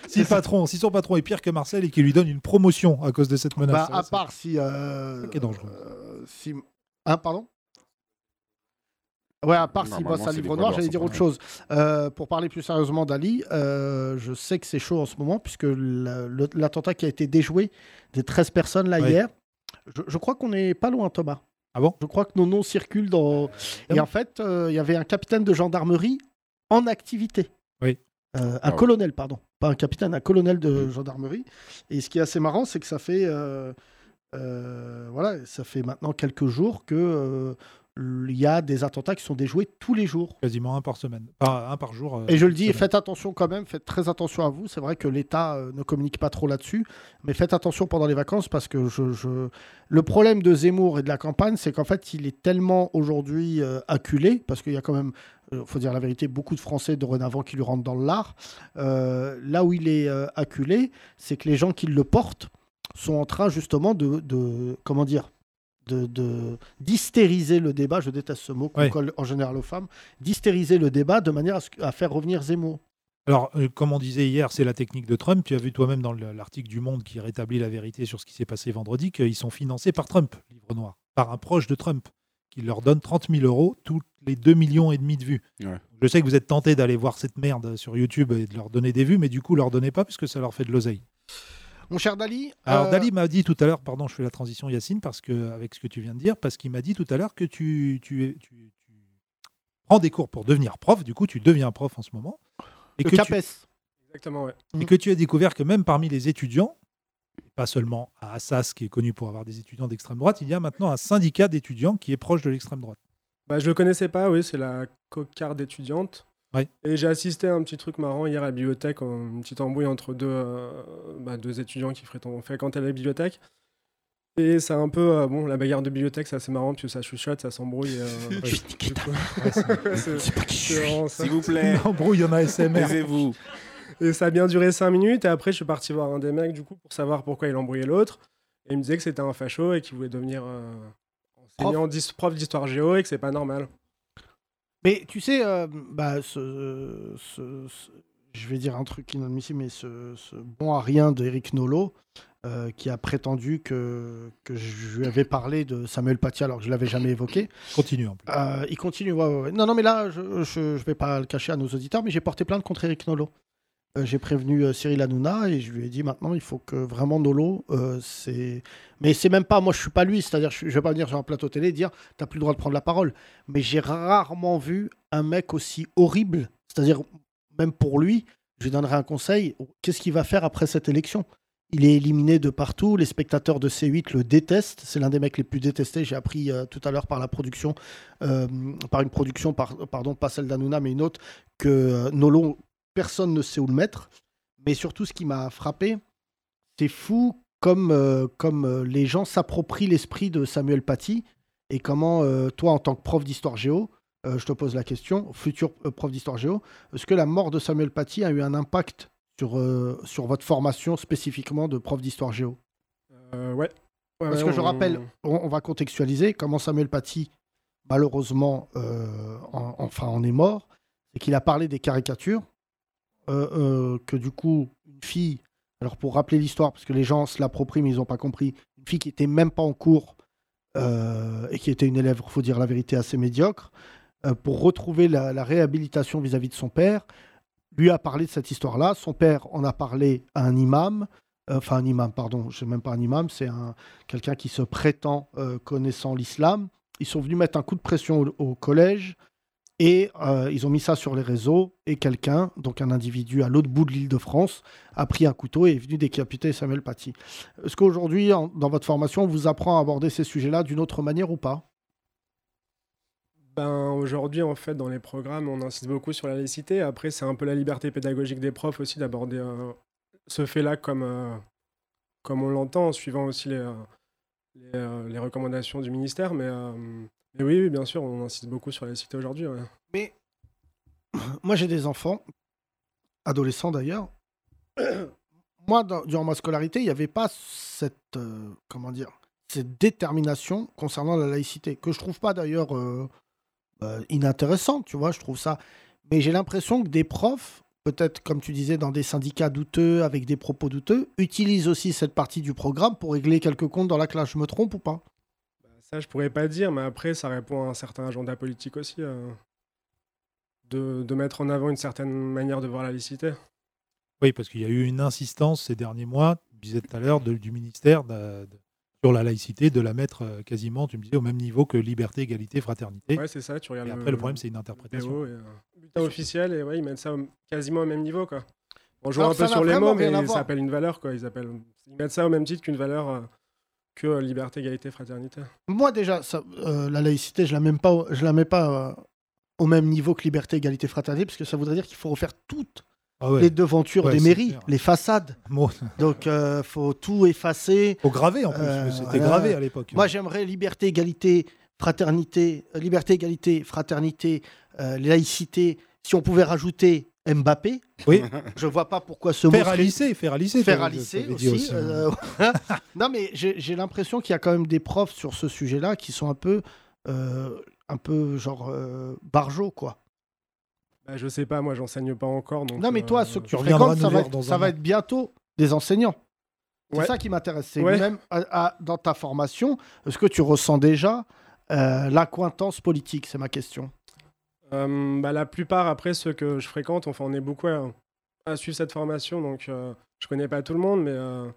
D: si le patron, si son patron est pire que Marcel et qu'il lui donne une promotion à cause de cette menace,
C: Bah, à part si. euh,
D: c'est dangereux.
C: euh, si... Hein, pardon Ouais, à part si
D: Normalement,
C: bosse à
D: c'est
C: livre
D: les
C: noir,
D: voleurs
C: j'allais
D: sont
C: dire
D: pas
C: autre
D: bons.
C: chose. Euh, pour parler plus sérieusement d'Ali, euh, je sais que c'est chaud en ce moment, puisque la- le- l'attentat qui a été déjoué des 13 personnes là
D: Oui.
C: hier, je, je crois qu'on n'est pas loin, Thomas.
D: Ah bon
C: Je crois que nos noms circulent dans. Et en fait, euh, il y avait un capitaine de gendarmerie en activité.
D: Oui.
C: Euh, un
D: Ah ouais.
C: colonel, pardon. Pas un capitaine, un colonel de gendarmerie. Et ce qui est assez marrant, c'est que ça fait, euh, euh, voilà, ça fait maintenant quelques jours que euh, il y a des attentats qui sont déjoués tous les jours.
D: Quasiment un par semaine, Enfin, un par jour. euh,
C: Et je le dis,
D: semaine.
C: faites attention quand même, faites très attention à vous. C'est vrai que l'État euh, ne communique pas trop là-dessus, mais faites attention pendant les vacances parce que je, je- le problème de Zemmour et de la campagne, c'est qu'en fait, il est tellement aujourd'hui euh, acculé, parce qu'il y a quand même, il faut dire la vérité, beaucoup de Français dorénavant qui lui rentrent dans l'art. Euh, là où il est euh, acculé, c'est que les gens qui le portent sont en train justement de, de- comment dire de, de- d'hystériser le débat, je déteste ce mot qu'on
D: Ouais.
C: colle en général aux femmes, d'hystériser le débat de manière à, ce que- à faire revenir Zemmour.
D: Alors, euh, comme on disait hier, c'est la technique de Trump. Tu as vu toi-même dans le- l'article du Monde qui rétablit la vérité sur ce qui s'est passé vendredi qu'ils sont financés par Trump, Livre Noir, par un proche de Trump, qui leur donne 30 000 euros toutes les 2 millions et demi de vues.
E: Ouais.
D: Je sais que vous êtes tenté d'aller voir cette merde sur YouTube et de leur donner des vues, mais du coup, leur donnez pas parce que ça leur fait de l'oseille.
C: Mon cher Dali,
D: Alors
C: euh,
D: Dali m'a dit tout à l'heure, pardon, je fais la transition Yacine, parce que avec ce que tu viens de dire, parce qu'il m'a dit tout à l'heure que tu, tu, es- tu- tu prends des cours pour devenir prof, du coup tu deviens prof en ce moment.
J: Le
D: tu-
J: CAPES. Exactement, ouais.
D: et que tu as découvert que même parmi les étudiants, et pas seulement à Assas qui est connu pour avoir des étudiants d'extrême droite, il y a maintenant un syndicat d'étudiants qui est proche de l'extrême droite.
J: Bah, je le connaissais pas, oui, c'est la cocarde étudiante.
D: Ouais.
J: Et j'ai assisté à un petit truc marrant hier à la bibliothèque, en- une petite embrouille entre deux, euh, bah, deux étudiants qui fréquentent- fréquentaient la bibliothèque. Et c'est un peu, euh, bon, la bagarre de bibliothèque, c'est assez marrant, parce que ça chuchote, ça s'embrouille. euh,
D: Je suis niqué,
J: du coup-
D: Ouais, c'est-
J: c'est-
D: C'est pas qui je
J: c'est
D: suis,
J: vraiment ça.
D: s'il vous plaît. Une embrouille en ASMR. Taisez-vous.
J: Et ça a bien duré 5 minutes, et après, je suis parti voir un des mecs, du coup, pour savoir pourquoi il embrouillait l'autre. Et il me disait que c'était un facho et qu'il voulait devenir euh, enseignant, d'his- prof d'histoire géo et que c'est pas normal.
C: Mais tu sais, euh, bah, ce, ce- ce- je vais dire un truc inadmissible, mais ce, ce bon à rien d'Éric Nolot, euh, qui a prétendu que, que je lui avais parlé de Samuel Paty alors que je l'avais jamais évoqué.
D: Continue en plus.
C: Euh, il continue. ouais, ouais, ouais. Non, non, mais là, je ne vais pas le cacher à nos auditeurs, mais j'ai porté plainte contre Eric Nolot. Euh, j'ai prévenu euh, Cyril Hanouna et je lui ai dit maintenant, il faut que vraiment Nolot, euh, c'est. Mais c'est même pas. Moi, je suis pas lui. C'est-à-dire, je ne vais pas venir sur un plateau télé et dire t'as plus le droit de prendre la parole. Mais j'ai rarement vu un mec aussi horrible. C'est-à-dire, même pour lui, je lui donnerai un conseil. Qu'est-ce qu'il va faire après cette élection il est éliminé de partout. Les spectateurs de C8 le détestent. C'est l'un des mecs les plus détestés. J'ai appris euh, tout à l'heure par la production, euh, par une production, par- pardon, pas celle d'Anouna, mais une autre, que euh, Nolo, personne ne sait où le mettre. Mais surtout, ce qui m'a frappé, c'est fou comme, euh, comme euh, les gens s'approprient l'esprit de Samuel Paty et comment euh, toi, en tant que prof d'histoire géo, euh, je te pose la question, futur euh, prof d'histoire géo, est-ce que la mort de Samuel Paty a eu un impact sur, euh, sur votre formation spécifiquement de prof d'histoire géo
J: Euh, ouais. Ouais,
C: Parce
J: ouais,
C: que je
J: on-
C: rappelle, on, on va contextualiser comment Samuel Paty, malheureusement, euh, en- enfin, en est mort, c'est qu'il a parlé des caricatures, euh, euh, que du coup, une fille, alors pour rappeler l'histoire, parce que les gens se l'approprient, mais ils n'ont pas compris, une fille qui était même pas en cours euh, et qui était une élève, faut dire la vérité, assez médiocre, euh, pour retrouver la, la réhabilitation vis-à-vis de son père, lui a parlé de cette histoire-là. Son père en a parlé à un imam, euh, enfin un imam, pardon, c'est même pas un imam, c'est un quelqu'un qui se prétend euh, connaissant l'islam. Ils sont venus mettre un coup de pression au, au collège et euh, ils ont mis ça sur les réseaux. Et quelqu'un, donc un individu à l'autre bout de l'île de France, a pris un couteau et est venu décapiter Samuel Paty. Est-ce qu'aujourd'hui, en- dans votre formation, on vous apprend à aborder ces sujets-là d'une autre manière ou pas
J: Ben, aujourd'hui, en fait, dans les programmes, on insiste beaucoup sur la laïcité. Après, c'est un peu la liberté pédagogique des profs aussi d'aborder euh, ce fait-là comme, euh, comme on l'entend, en suivant aussi les, euh, les, euh, les recommandations du ministère. Mais, euh, mais oui, oui, bien sûr, on insiste beaucoup sur la laïcité aujourd'hui. ouais.
C: Mais moi, j'ai des enfants, adolescents d'ailleurs. moi, dans- durant ma scolarité, il n'y avait pas cette, euh, comment dire, cette détermination concernant la laïcité, que je trouve pas d'ailleurs euh, euh, inintéressante, tu vois, je trouve ça. Mais j'ai l'impression que des profs, peut-être comme tu disais, dans des syndicats douteux, avec des propos douteux, utilisent aussi cette partie du programme pour régler quelques comptes dans la classe. Je me trompe ou pas
J: Ça, je pourrais pas dire, mais après, ça répond à un certain agenda politique aussi. euh, de, de mettre en avant une certaine manière de voir la laïcité.
D: Oui, parce qu'il y a eu une insistance ces derniers mois, tu disais tout à l'heure, de- du ministère de- de- sur la laïcité, de la mettre euh, quasiment, tu me disais, au même niveau que liberté, égalité, fraternité.
J: Ouais, c'est ça, tu regardes
D: Et après, le problème, c'est une interprétation.
J: BO et, euh, bulletin officiel, et ouais, ils mettent ça au- quasiment au même niveau, quoi. On joue
C: Alors,
J: un peu
C: ça n'a
J: sur les
C: vraiment
J: mots,
C: rien à
J: mais
C: voir.
J: ça appelle une valeur, quoi. Ils, appellent... ils mettent ça au même titre qu'une valeur euh, que euh, liberté, égalité, fraternité.
C: Moi déjà, ça, euh, la laïcité, je la mets pas, au- je la mets pas euh, au même niveau que liberté, égalité, fraternité, parce que ça voudrait dire qu'il faut refaire toutes
D: Ah ouais.
C: les devantures
D: Ouais,
C: des
D: c'est
C: mairies,
D: clair.
C: les façades.
D: Moi-
C: Donc euh, faut tout effacer. Euh,
D: Faut graver en plus, c'était gravé à l'époque.
C: Moi j'aimerais liberté, égalité, fraternité, euh, liberté, égalité, fraternité, euh, laïcité. Si on pouvait rajouter Mbappé,
D: oui.
C: je vois pas pourquoi ce mot
D: Faire à
C: serait-
D: lycée, faire à lycée.
C: Faire
D: t'avais-
C: à lycée
D: t'avais
C: aussi.
D: dit hein. ouais.
C: euh, non, mais j'ai j'ai l'impression qu'il y a quand même des profs sur ce sujet-là qui sont un peu, euh, un peu genre euh, barjots, quoi.
J: Bah, je sais pas, moi, j'enseigne pas encore. Donc, euh,
C: Non, mais
D: euh,
C: toi, ceux que tu
J: reviendras
C: fréquentes, ça, va être, ça va être bientôt des enseignants. C'est
J: Ouais.
C: ça qui m'intéresse. C'est
J: Ouais.
C: même euh, à- à- dans ta formation, est-ce que tu ressens déjà euh, l'accointance politique C'est ma question.
J: Euh, bah, la plupart, après, ceux que je fréquente, enfin, on est beaucoup à, à suivre cette formation, donc euh, je connais pas tout le monde, mais, euh,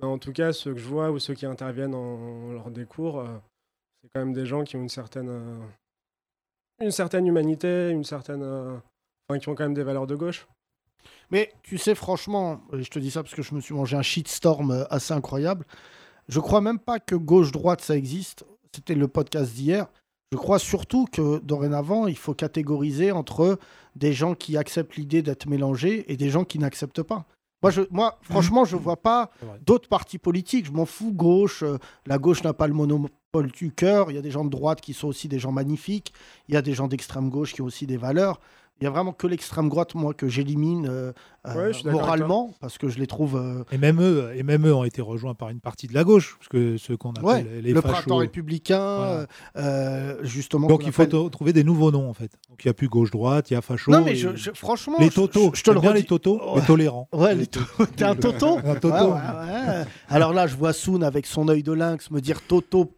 J: mais en tout cas, ceux que je vois ou ceux qui interviennent en- lors des cours, euh, c'est quand même des gens qui ont une certaine, euh, une certaine humanité, une certaine, euh, enfin, qui ont quand même des valeurs de gauche.
C: Mais tu sais, franchement, euh, je te dis ça parce que je me suis mangé un shitstorm euh, assez incroyable. Je crois même pas que gauche-droite ça existe. C'était le podcast d'hier. Je crois surtout que dorénavant, il faut catégoriser entre des gens qui acceptent l'idée d'être mélangés et des gens qui n'acceptent pas. Moi, je, moi, franchement, je vois pas d'autres partis politiques. Je m'en fous, gauche. euh, la gauche n'a pas le monopole du cœur. Il y a des gens de droite qui sont aussi des gens magnifiques. Il y a des gens d'extrême gauche qui ont aussi des valeurs. Il y a vraiment que l'extrême droite, moi, que j'élimine euh, euh,
D: Ouais, je suis d'accord avec toi.
C: moralement parce que je les trouve. euh,
D: Et même, eux, et même eux ont été rejoints par une partie de la gauche, parce que ceux qu'on appelle
C: ouais,
D: les
C: le
D: fachos.
C: printemps républicain, euh, euh, justement.
D: Donc
C: qu'on
D: il faut
C: appelle-
D: t- trouver des nouveaux noms en fait. Donc il n'y a plus gauche-droite, il y a facho.
C: Non, mais
D: et-
C: je- je- franchement,
D: Les
C: je-
D: totos,
C: je te le
D: J'aime bien
C: redis.
D: les totos,
C: Ouais.
D: les tolérants.
C: Ouais, les totos. T'es un toto
D: Un toto.
C: Ouais, ouais, ouais. Alors là, je vois Soun avec son œil de lynx me dire toto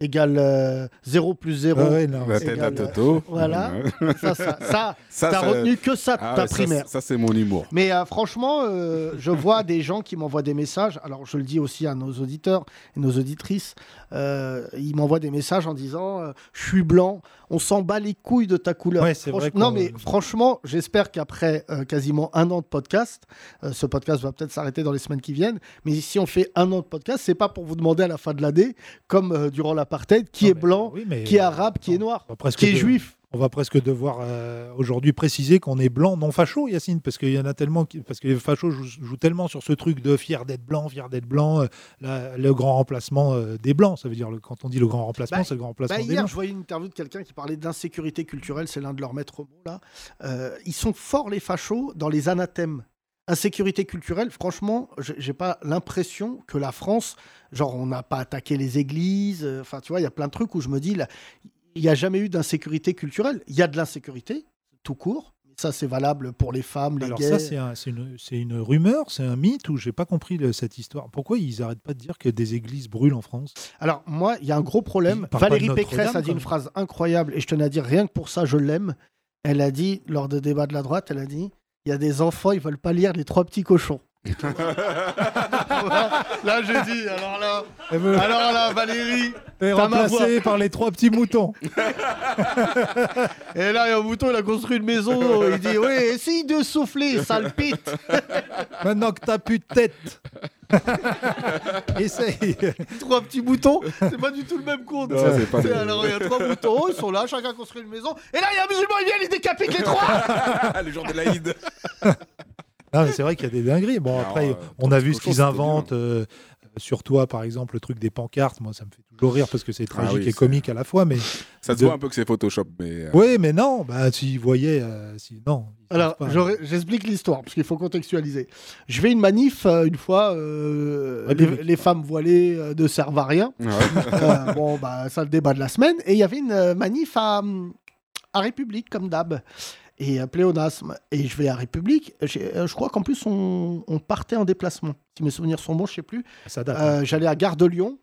C: égale euh, 0 plus 0.
E: Ah ouais, non. La tête à Toto.
C: Voilà. ça, ça, ça,
E: Ça, ça-
C: t'as retenu que ça de
E: Ah
C: ta
E: ouais, ça,
C: primaire.
E: Ça, c'est mon humour.
C: Mais euh, franchement, euh, je vois des gens qui m'envoient des messages. Alors, je le dis aussi à nos auditeurs et nos auditrices. euh, ils m'envoient des messages en disant euh, Je suis blanc, on s'en bat les couilles de ta couleur.
D: Ouais, c'est vrai
C: Franch- non,
D: qu'on-
C: mais franchement, j'espère qu'après euh, quasiment un an de podcast, euh, ce podcast va peut-être s'arrêter dans les semaines qui viennent. Mais si on fait un an de podcast, c'est pas pour vous demander à la fin de l'année, comme euh, durant l'apartheid, qui est blanc,
D: mais-
C: qui est arabe, qui est noir,
D: On va presque
C: qui est
D: de-
C: juif.
D: On va presque devoir euh, aujourd'hui préciser qu'on est blanc, non facho, Yacine, parce qu'il y en a tellement, qui- parce que les fachos jouent, jouent tellement sur ce truc de fier d'être blanc, fier d'être blanc, euh, la- le grand remplacement euh, des blancs. Ça veut dire le- quand on dit le grand remplacement,
C: Bah,
D: c'est le grand remplacement
C: bah,
D: des
C: hier,
D: blancs.
C: je voyais une interview de quelqu'un qui parlait d'insécurité culturelle, c'est l'un de leurs maîtres mots là. Euh, ils sont forts les fachos dans les anathèmes. Insécurité culturelle, franchement, j'ai j'ai pas l'impression que la France, genre on n'a pas attaqué les églises, euh, enfin tu vois, il y a plein de trucs où je me dis, là, il n'y a jamais eu d'insécurité culturelle. Il y a de l'insécurité, tout court, ça c'est valable pour les femmes, les
D: Alors
C: gays.
D: ça, c'est un- c'est une, c'est une rumeur, c'est un mythe où j'ai pas compris le- cette histoire. Pourquoi ils arrêtent pas de dire que des églises brûlent en France
C: Alors moi, il y a un gros problème.
D: Ils parlent pas de
C: Valérie
D: Notre-Dame,
C: Pécresse a dit
D: quand
C: une
D: même.
C: phrase incroyable et je tenais à dire rien que pour ça, je l'aime. Elle a dit lors de débat de la droite, elle a dit il y a des enfants, ils veulent pas lire les trois petits cochons. là, j'ai dit, alors là, alors là,
D: Et
C: Valérie, t'as ma voix.
D: remplacé par les trois petits moutons.
C: Et là, il y a un mouton, il a construit une maison. Il dit Oui, essaye de souffler, sale pite
D: Maintenant que t'as plus de tête. Essaye.
C: trois petits moutons, c'est pas du tout le même compte.
E: Non, c'est pas des-
C: alors, il y a trois moutons, ils sont là, chacun construit une maison. Et là, il y a un musulman, il vient, il décapite les trois
E: Ah, le genre de l'Aïd.
D: Non, mais c'est vrai qu'il y a des dingueries. Bon,
E: Alors,
D: après,
E: euh,
D: on a vu
E: Cochon,
D: ce qu'ils
E: c'était
D: inventent. euh, sur toi, par exemple, le truc des pancartes, moi, ça me fait toujours rire parce que c'est
E: Ah
D: tragique
E: oui,
D: et
E: c'est-
D: comique à la fois, mais
E: Ça se
D: de-
E: voit un peu que c'est Photoshop, mais. euh,
D: Oui, mais non, bah, s'ils voyaient, euh, si... non.
C: Alors, j'aurais- j'explique l'histoire, parce qu'il faut contextualiser. Je vais à une manif euh, une fois, euh, les, les femmes voilées euh, ne servent à rien.
E: Ouais.
C: Euh, bon, bah, ça, le débat de la semaine. Et il y avait une euh, manif à, hum, à République, comme d'hab. Et euh, pléonasme. Et je vais à République. J'ai- euh, Je crois qu'en plus, on, on partait en déplacement. Si mes souvenirs sont bons, je sais plus.
D: Ah,
C: Euh, J'allais à Gare de Lyon.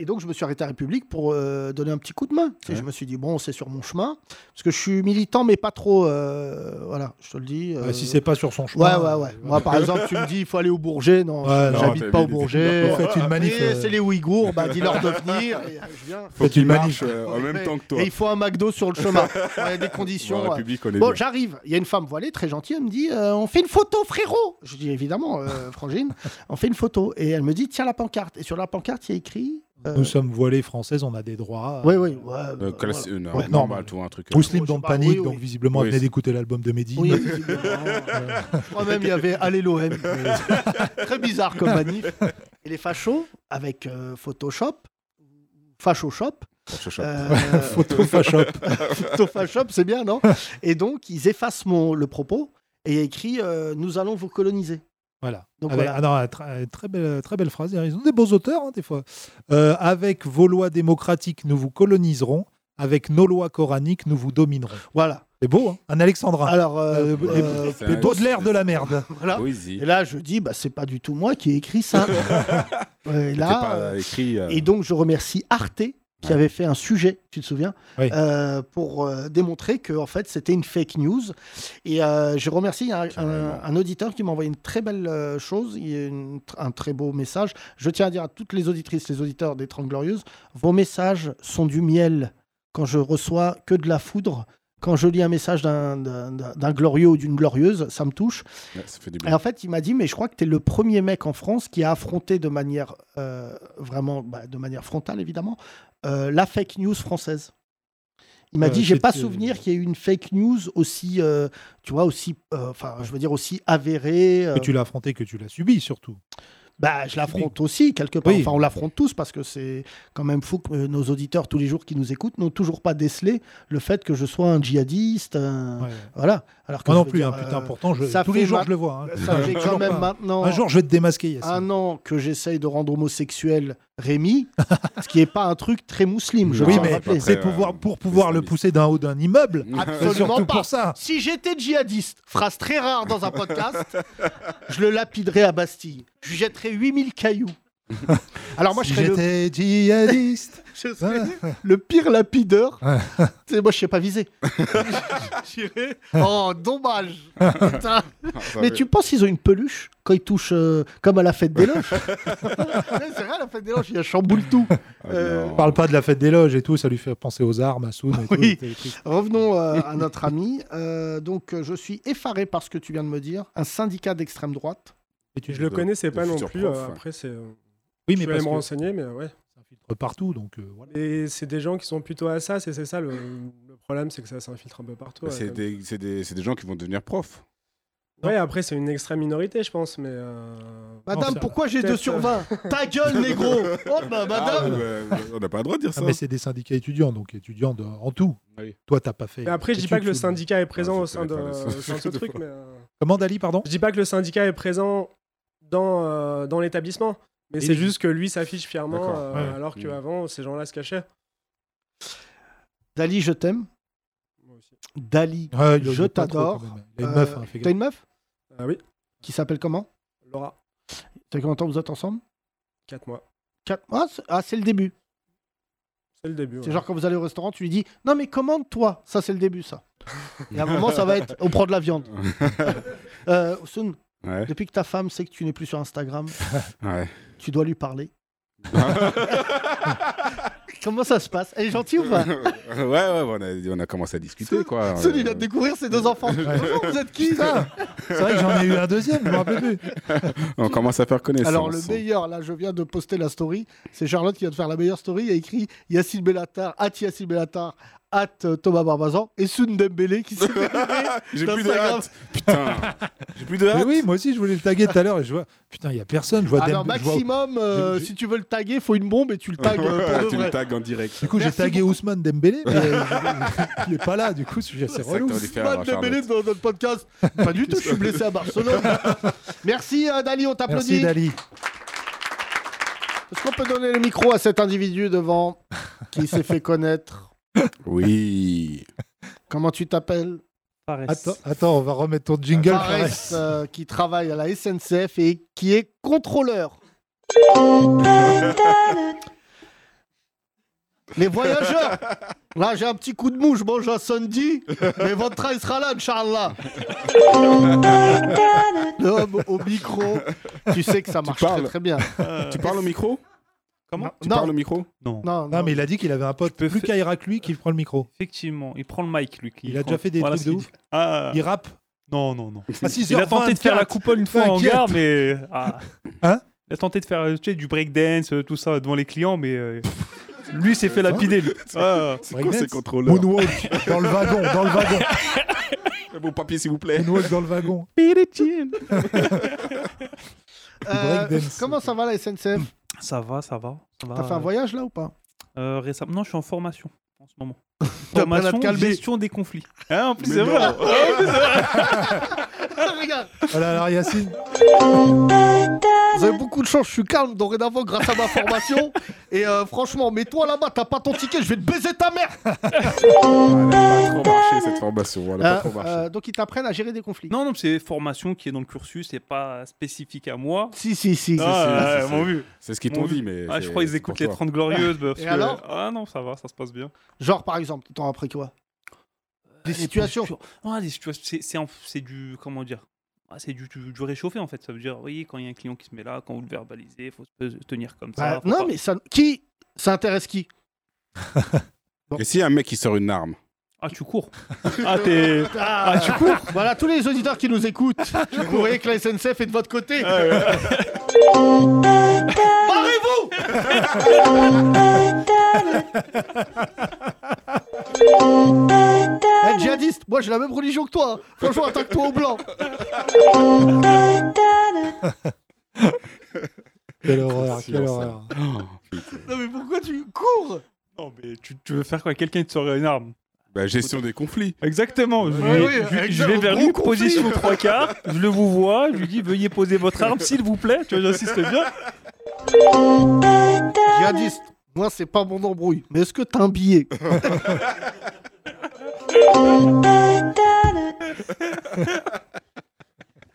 C: Et donc, je me suis arrêté à République pour euh, donner un petit coup de main. Tu sais, Je me suis dit, bon, c'est sur mon chemin. Parce que je suis militant, mais pas trop. euh, voilà, je te le dis.
D: Euh,
C: euh,
D: si c'est pas sur son
C: Ouais,
D: chemin. euh,
C: ouais, ouais. Moi, par exemple, tu me dis, il faut aller au Bourget. Non,
D: Ouais, non,
C: j'habite
D: t'as
C: pas au
D: vu,
C: Bourget.
D: vous faites une manif,
C: Mais
D: euh,
C: C'est les Ouïghours, bah, dis-leur de venir. et, euh, je viens.
E: Faut Faites qu'il une marche, manif. euh, en même
C: Ouais.
E: temps que toi.
C: Et il faut un McDo sur le chemin. Il y a des conditions.
E: Ouais,
C: ouais.
E: République, on est
C: bon,
E: bien.
C: j'arrive. Il y a une femme voilée, très gentille. Elle me dit euh, On fait une photo, frérot Je dis Évidemment, euh, Frangine, on fait une photo. Et elle me dit Tiens la pancarte. Et sur la pancarte, il y a écrit
D: Nous sommes voilés françaises, on a des droits.
C: Oui, oui.
E: Euh, classe- euh, non,
D: Ouais,
E: normal,
D: normal.
E: tout un truc. euh,
D: Bruce Lee dans le
C: pas, oui,
D: panique,
C: oui.
D: donc visiblement,
E: Oui,
D: venez
E: c'est-
D: d'écouter l'album de Mehdi.
C: Oui, visiblement, euh, je crois même il y avait Allez l'OM. mais- Très bizarre comme manif. Et les fachos, avec euh, Photoshop, Fachoshop.
E: Photoshop.
D: Photoshop.
C: Photoshop, c'est bien, non Et donc, ils effacent mon, le propos et il y a écrit euh, Nous allons vous coloniser.
D: Voilà.
C: Donc
D: Avec-
C: voilà.
D: ah non, ah, très, très belle, très belle phrase. Ils ont des beaux auteurs, hein, des fois. Euh, avec vos lois démocratiques, nous vous coloniserons. Avec nos lois coraniques, nous vous dominerons.
C: Voilà.
D: C'est beau, hein un alexandrin.
C: Alors, euh,
D: Euh,
C: euh,
D: les, les Baudelaire de la merde.
C: Voilà.
E: Poésie.
C: Et là, je dis bah, C'est pas du tout moi qui ai écrit ça. et
E: C'était
C: là.
E: pas
C: euh,
E: écrit. euh,
C: Et donc, je remercie Arte qui avait fait un sujet, tu te souviens,
D: Oui.
C: euh, pour euh, démontrer que en fait c'était une fake news. Et euh, je remercie un, un- un auditeur qui m'a envoyé une très belle euh, chose, il y a une- un très beau message. Je tiens à dire à toutes les auditrices, les auditeurs des Trente Glorieuses, vos messages sont du miel. Quand je reçois que de la foudre, quand je lis un message d'un- d'un d'un glorieux ou d'une glorieuse, ça me touche.
E: ouais, ça fait du
C: Et
E: bien.
C: en fait, il m'a dit, mais je crois que tu es le premier mec en France qui a affronté de manière euh, vraiment, bah, de manière frontale évidemment, euh, la fake news française. Il m'a
D: Euh,
C: dit, j'ai pas
D: c'était-
C: souvenir qu'il y ait eu une fake news aussi, euh, tu vois, aussi, euh, enfin, je veux dire aussi avérée. euh,
D: Que tu l'as affronté, que tu l'as subi surtout.
C: bah, je l'affronte aussi quelque part.
D: Oui.
C: Enfin, on l'affronte tous parce que c'est quand même fou que euh, nos auditeurs tous les jours qui nous écoutent n'ont toujours pas décelé le fait que je sois un djihadiste. un-
D: Ouais.
C: Voilà. Alors que
D: Moi
C: je
D: non
C: veux
D: plus,
C: dire,
D: hein, putain,
C: euh,
D: pourtant, je-
C: ça
D: tous les
C: fait
D: jours,
C: ma-
D: je le vois. hein.
C: Ça fait
D: Toujours
C: quand même
D: pas.
C: maintenant.
D: Un jour, je vais te démasquer, Yassine.
C: un an que j'essaye de rendre homosexuel Rémi, ce qui n'est pas un truc très musulman, je
E: Non,
D: oui,
C: tiens
E: c'est pas
C: à le
D: mais
C: rappeler.
E: très,
D: c'est
E: euh,
D: pour pouvoir, pour pouvoir le
E: islamiste.
D: pousser d'un haut d'un immeuble.
C: Absolument
D: C'est surtout
C: pas.
D: pour ça.
C: Si j'étais djihadiste, phrase très rare dans un podcast, je le lapiderais à Bastille. Je lui jetterais 8000 cailloux. Alors moi,
D: Si
C: je serais, le,
D: j'étais djihadiste.
C: je serais le pire lapideur. Tu sais, moi, je ne sais pas viser. J'irais- oh, dommage.
D: Ah,
C: Putain.
D: bah
E: Ça
C: Mais
E: fait-
C: tu penses qu'ils ont une peluche quand ils touchent, euh, comme à la fête des loges Mais C'est vrai, à la fête des loges, il y a chamboule tout.
E: Ah,
C: euh,
E: non.
D: Parle pas de la fête des loges et tout, ça lui fait penser aux armes, à Soun et tout,
C: Oui.
D: et tout.
C: Revenons euh, à notre ami. Euh, donc, euh, je suis effaré par ce que tu viens de me dire. Un syndicat d'extrême droite.
D: Et tu-
J: Je le
E: de-
J: connaissais
E: de
J: pas non
E: futur
J: plus.
E: prof,
J: euh,
E: ouais.
J: Après, c'est. euh,
D: Oui,
J: Je
D: mais
J: vais
D: parce
J: aller
D: que
J: me
D: ça
J: renseigner, mais euh, ouais.
D: filtre partout, donc euh, voilà.
J: Et c'est des gens qui sont plutôt à ça, c'est c'est ça le, le problème, c'est que ça s'infiltre un peu partout. ouais,
E: Bah, C'est
J: comme-
E: des, c'est des, c'est des gens qui vont devenir profs.
J: Ouais, après, c'est une extrême minorité, je pense, mais. euh,
D: Non,
C: Madame,
D: ça-
C: pourquoi j'ai
J: peut-être,
C: 2 sur 20 Ta gueule, négro Oh, bah,
E: Ah,
C: madame
E: ouais, ouais, on n'a pas le droit de dire
D: Ah,
E: ça.
D: mais c'est des syndicats étudiants, donc étudiants de- en tout.
E: Oui.
D: Toi, t'as pas fait.
J: mais après, je dis pas que le
D: études, Soun.
J: syndicat est présent
E: Ah, je
J: au sein de,
E: connais pas le
J: au sein de ce
E: syndicat.
J: truc, mais. euh,
D: Comment, Dali, pardon
J: Je dis pas que le syndicat est présent dans, euh, dans l'établissement, mais
D: Oui.
J: c'est juste que lui s'affiche fièrement,
E: D'accord,
J: euh,
D: ouais.
J: alors
E: Mm.
J: qu'avant, ces gens-là se cachaient.
C: Dali, je t'aime.
J: Moi aussi.
C: Dali,
D: Ouais, Ah, il- il
C: je
D: est pas trop,
C: t'adore.
D: quand même. Il y a une
C: Euh,
D: meuf, hein, fais
C: T'as
D: gaffe.
C: une meuf
J: Ah oui,
C: qui s'appelle comment
J: Laura,
C: T'as combien de temps vous êtes ensemble
J: 4 mois.
C: Quatre- Ah, c'est- ah, c'est le début.
J: C'est le début.
C: C'est
J: ouais.
C: genre quand vous allez au restaurant, tu lui dis Non, mais commande-toi. Ça, c'est le début, ça. Et à un moment, ça va être On prend de la viande. euh, Sun,
E: Ouais,
C: depuis que ta femme sait que tu n'es plus sur Instagram,
E: ouais.
C: tu dois lui parler. Comment ça se passe Elle est gentille ou pas
E: ouais, ouais, on a, on a commencé à discuter, quoi.
C: Sun, il a découvrir ses deux enfants. Bonjour, vous êtes qui ça
D: C'est vrai que j'en ai eu un deuxième, je me rappelle plus.
E: On commence à faire connaissance.
C: Alors, le meilleur, là, je viens de poster la story. C'est Charlotte qui vient de faire la meilleure story. Il y a écrit Yacine Bellatar, at Yacine Bellatar, hâte Thomas Barbazan et Soun Dembélé qui s'est
E: J'ai plus de
C: d'Instagram.
E: hâte. Putain. J'ai plus de
D: Mais
E: hâte.
D: oui, moi aussi, je voulais le taguer tout à l'heure et je vois. Putain, il n'y a personne. Je vois
C: Alors
D: Dembe- je vois-
C: maximum, euh,
D: j'ai-
C: si tu veux le taguer, faut une bombe et tu le tagues euh, pour de
E: Ah, tu
C: vrai.
E: me tags en direct.
D: Du coup, j'ai
C: Merci
D: tagué Ousmane Dembélé, mais euh, il n'est pas là. Du coup, c'est c'est
E: ça que
D: relou.
E: t'aurais dû faire,
C: Ousmane
E: Charlotte.
C: Dembélé dans notre podcast. Pas du tout, je suis blessé à Barcelone. Merci euh, Dali, on
D: Merci
C: t'applaudit.
D: Dali.
C: Est-ce qu'on peut donner le micro à cet individu devant qui s'est fait connaître
E: Oui.
C: Comment tu t'appelles
D: Attends, attends, on va remettre ton jingle.
C: Fares, euh, qui travaille à la SNCF et qui est contrôleur. Les voyageurs Là, j'ai un petit coup de mou, je mange un sundae, mais votre train sera là, Inch'Allah L'homme au micro, tu sais que ça marche très
E: parles. Euh,
C: très bien.
E: Tu parles au micro
K: Comment
E: Tu
C: Non.
E: parles au micro
C: Non, non.
D: Non, mais il a dit qu'il avait un pote plus qu'Aira que lui qui prend le micro.
K: Effectivement, il prend le mic, Luc.
D: Il a déjà fait des
K: voilà
D: trucs
K: ce
D: de
K: qu'il
D: ouf.
K: dit. Ah,
D: Il rappe.
K: non, non, non.
D: À
K: Il a tenté de faire la
D: 6h24.
K: coupole une fois en
D: T'inquiète.
K: gare, mais. ah.
D: Hein
K: Il a tenté de faire euh, tu sais, du breakdance, euh, tout ça, devant les clients, mais. euh, Lui s'est fait lapider, lui. Ah,
E: C'est quoi ces contrôleurs
D: Moonwalk dans le wagon, dans le wagon.
E: Vos papiers, s'il vous plaît.
D: Moonwalk dans le wagon.
C: Euh,
D: breakdance.
C: comment ça va la SNCF
K: Ça va, ça va. ça va.
C: T'as fait un voyage là ou pas
K: Euh, récemment, non, je suis en formation en ce moment.
C: T'as pas l'air de
K: formation,
C: calmer.
K: gestion des conflits. Hein, en plus,
E: Mais
K: c'est vrai.
E: non.
C: Ah, Regarde,
D: Voilà, alors Yacine.
C: vous avez beaucoup de chance, je suis calme dorénavant grâce à ma formation. Et euh, franchement, mets-toi là-bas, t'as pas ton ticket, je vais te baiser ta mère
E: Elle a pas trop marché cette formation. Elle
D: Ah,
E: a pas
C: Euh,
E: trop marché.
C: euh, donc ils t'apprennent à gérer des conflits.
K: Non, non, c'est formation qui est dans le cursus, c'est pas spécifique à moi.
C: Si, si, si.
E: c'est-
K: Ah,
E: c'est-
K: ouais, mon vu.
E: C'est ce qu'ils
K: Mon
E: t'ont
K: Dieu.
E: dit, mais.
K: Ah, je
E: c'est-
K: crois qu'ils
E: c'est
K: écoutent
E: pour
K: les
E: toi.
K: 30 glorieuses. parce
C: Et
K: que-
C: alors
K: Ah non, ça va, ça se passe bien.
C: Genre, par exemple, ils t'ont appris quoi
K: Euh,
C: Des situations.
K: Ah, les situations, c'est- c'est en- c'est du. Comment dire Ah, C'est du, du, du réchauffé en fait. Ça veut dire, oui, quand il y a un client qui se met là, quand vous le verbalisez, il faut se se tenir comme ça.
C: Bah,
K: faut
C: non,
K: pas-
C: mais ça. Qui Ça intéresse qui
E: Et si un mec qui sort une arme
K: Ah, tu cours. ah, t'es.
C: ah, tu cours Voilà, tous les auditeurs qui nous écoutent, vous voyez que la SNCF est de votre côté.
K: Ah,
C: Barrez-vous Eh, djihadiste, moi j'ai la même religion que toi. hein. Franchement, attaque-toi au blanc.
D: Quelle horreur, quelle
E: Silence, hein.
C: hein.
D: horreur.
C: Non, mais pourquoi tu cours
K: Non, mais tu, Oh, tu veux faire quoi Quelqu'un qui te sort une arme
E: Bah, gestion des conflits.
K: Exactement. Je,
C: Ouais,
K: vais,
C: oui,
K: je- je
C: exact,
K: vais
C: au
K: vers
C: gros
K: lui,
C: conflit.
K: position trois quarts. Je le vous vois, je lui dis veuillez poser votre arme, s'il vous plaît. Tu vois, j'insiste bien.
C: Djihadiste, moi c'est pas mon embrouille. Mais est-ce que t'as un billet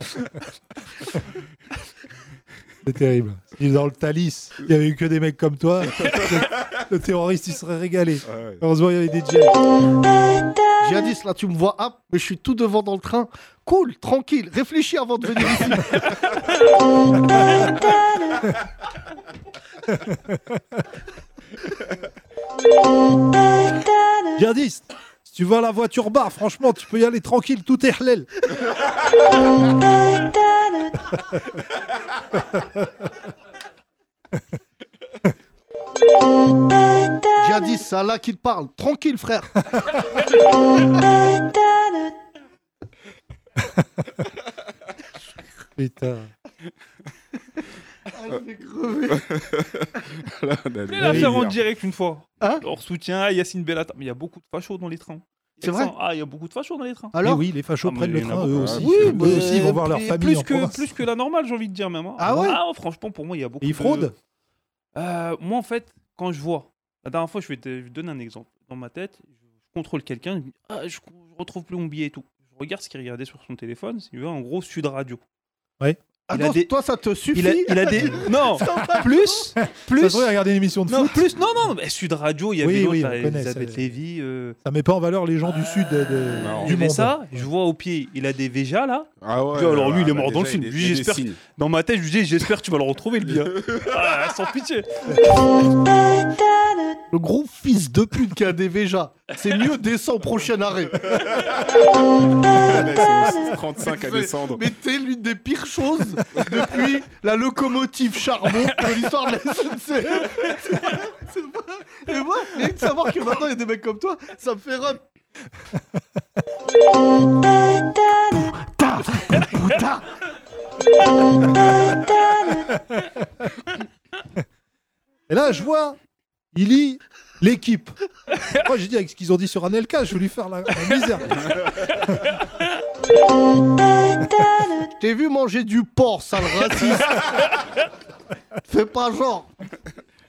D: C'est terrible. Si dans le Thalys, il n'y avait eu que des mecs comme toi, le, le terroriste, il serait régalé. Heureusement, il y avait des jets.
C: Djihadiste, là tu me vois, hop, mais je suis tout devant dans le train. Cool, tranquille, réfléchis avant de venir ici.
D: Djihadiste, si tu vas à la voiture bar, franchement, tu peux y aller tranquille, tout est halal.
C: Djihadiste, c'est Allah qui te parle. Tranquille, frère.
D: Putain.
C: Ah,
E: Là,
K: Je
E: on a des
K: l'ai la faire en
E: délires.
K: direct une fois.
C: Hein
K: Hors soutien à Yacine Bellata. Mais il y a beaucoup de fachos dans les trains.
C: C'est vrai
K: Ah, il y a beaucoup de fachos dans les trains.
D: Mais
C: Alors
D: oui, les fachos
K: Ah, mais
D: prennent le
K: il y en a
D: train,
K: beaucoup,
D: eux
K: ouais.
D: aussi.
C: Oui,
D: eux aussi, ils vont
K: Euh,
D: voir leur
K: et
D: famille
K: plus
D: en
K: que,
D: province.
K: Plus que la normale, j'ai envie de dire même. hein.
C: Ah ouais
K: Franchement, pour moi, il y a beaucoup
D: Et ils
K: de-
D: fraudent
K: Euh, Moi, en fait, quand je vois... La dernière fois, je vais te je vais te donner un exemple. Dans ma tête, je contrôle quelqu'un, je me dis, ah, je, je retrouve plus mon billet et tout. Je regarde ce qu'il regardait sur son téléphone, c'est en gros Sud Radio.
C: Ah
K: il
C: non,
K: a des-
C: toi ça te suffit
K: Il a, il a des... Non Plus
D: Ça se
K: Plus
D: trouve, ils regardent une émission de
K: non,
D: foot.
K: plus, non, non, mais Sud Radio, il y avait
D: Oui,
K: l'autre,
D: oui,
K: là,
D: on connaît,
K: Elisabeth
D: ça-
K: Lévy. euh,
D: Ça met pas en valeur les gens du sud euh, de-
E: Non.
D: du
K: il y avait
D: monde.
K: ça, je vois au pied, il a des Véja là.
E: Ah ouais,
K: Dis, alors, lui, il est
E: bah,
K: mort dans le
E: déjà,
K: film.
E: il
K: Lui,
E: est- il est
K: j'espère-
E: signe.
K: Dans ma tête, je lui dis, j'espère que tu vas le retrouver le bien. Ah, sans pitié.
C: Le gros fils de pute qui a des Véja. C'est mieux descend au prochain arrêt.
E: Ah, ils sont 35 à descendre.
C: Mais t'es l'une des pires choses depuis la locomotive charbon de l'histoire de la SNCF. Et moi, rien que de savoir que maintenant il y a des mecs comme toi, ça me fait run.
D: Et là, je vois, il lit l'équipe. Moi, j'ai dit, avec ce qu'ils ont dit sur Anelka, je vais lui faire la, la misère.
C: T'es vu manger du porc, sale raciste. Fais pas genre.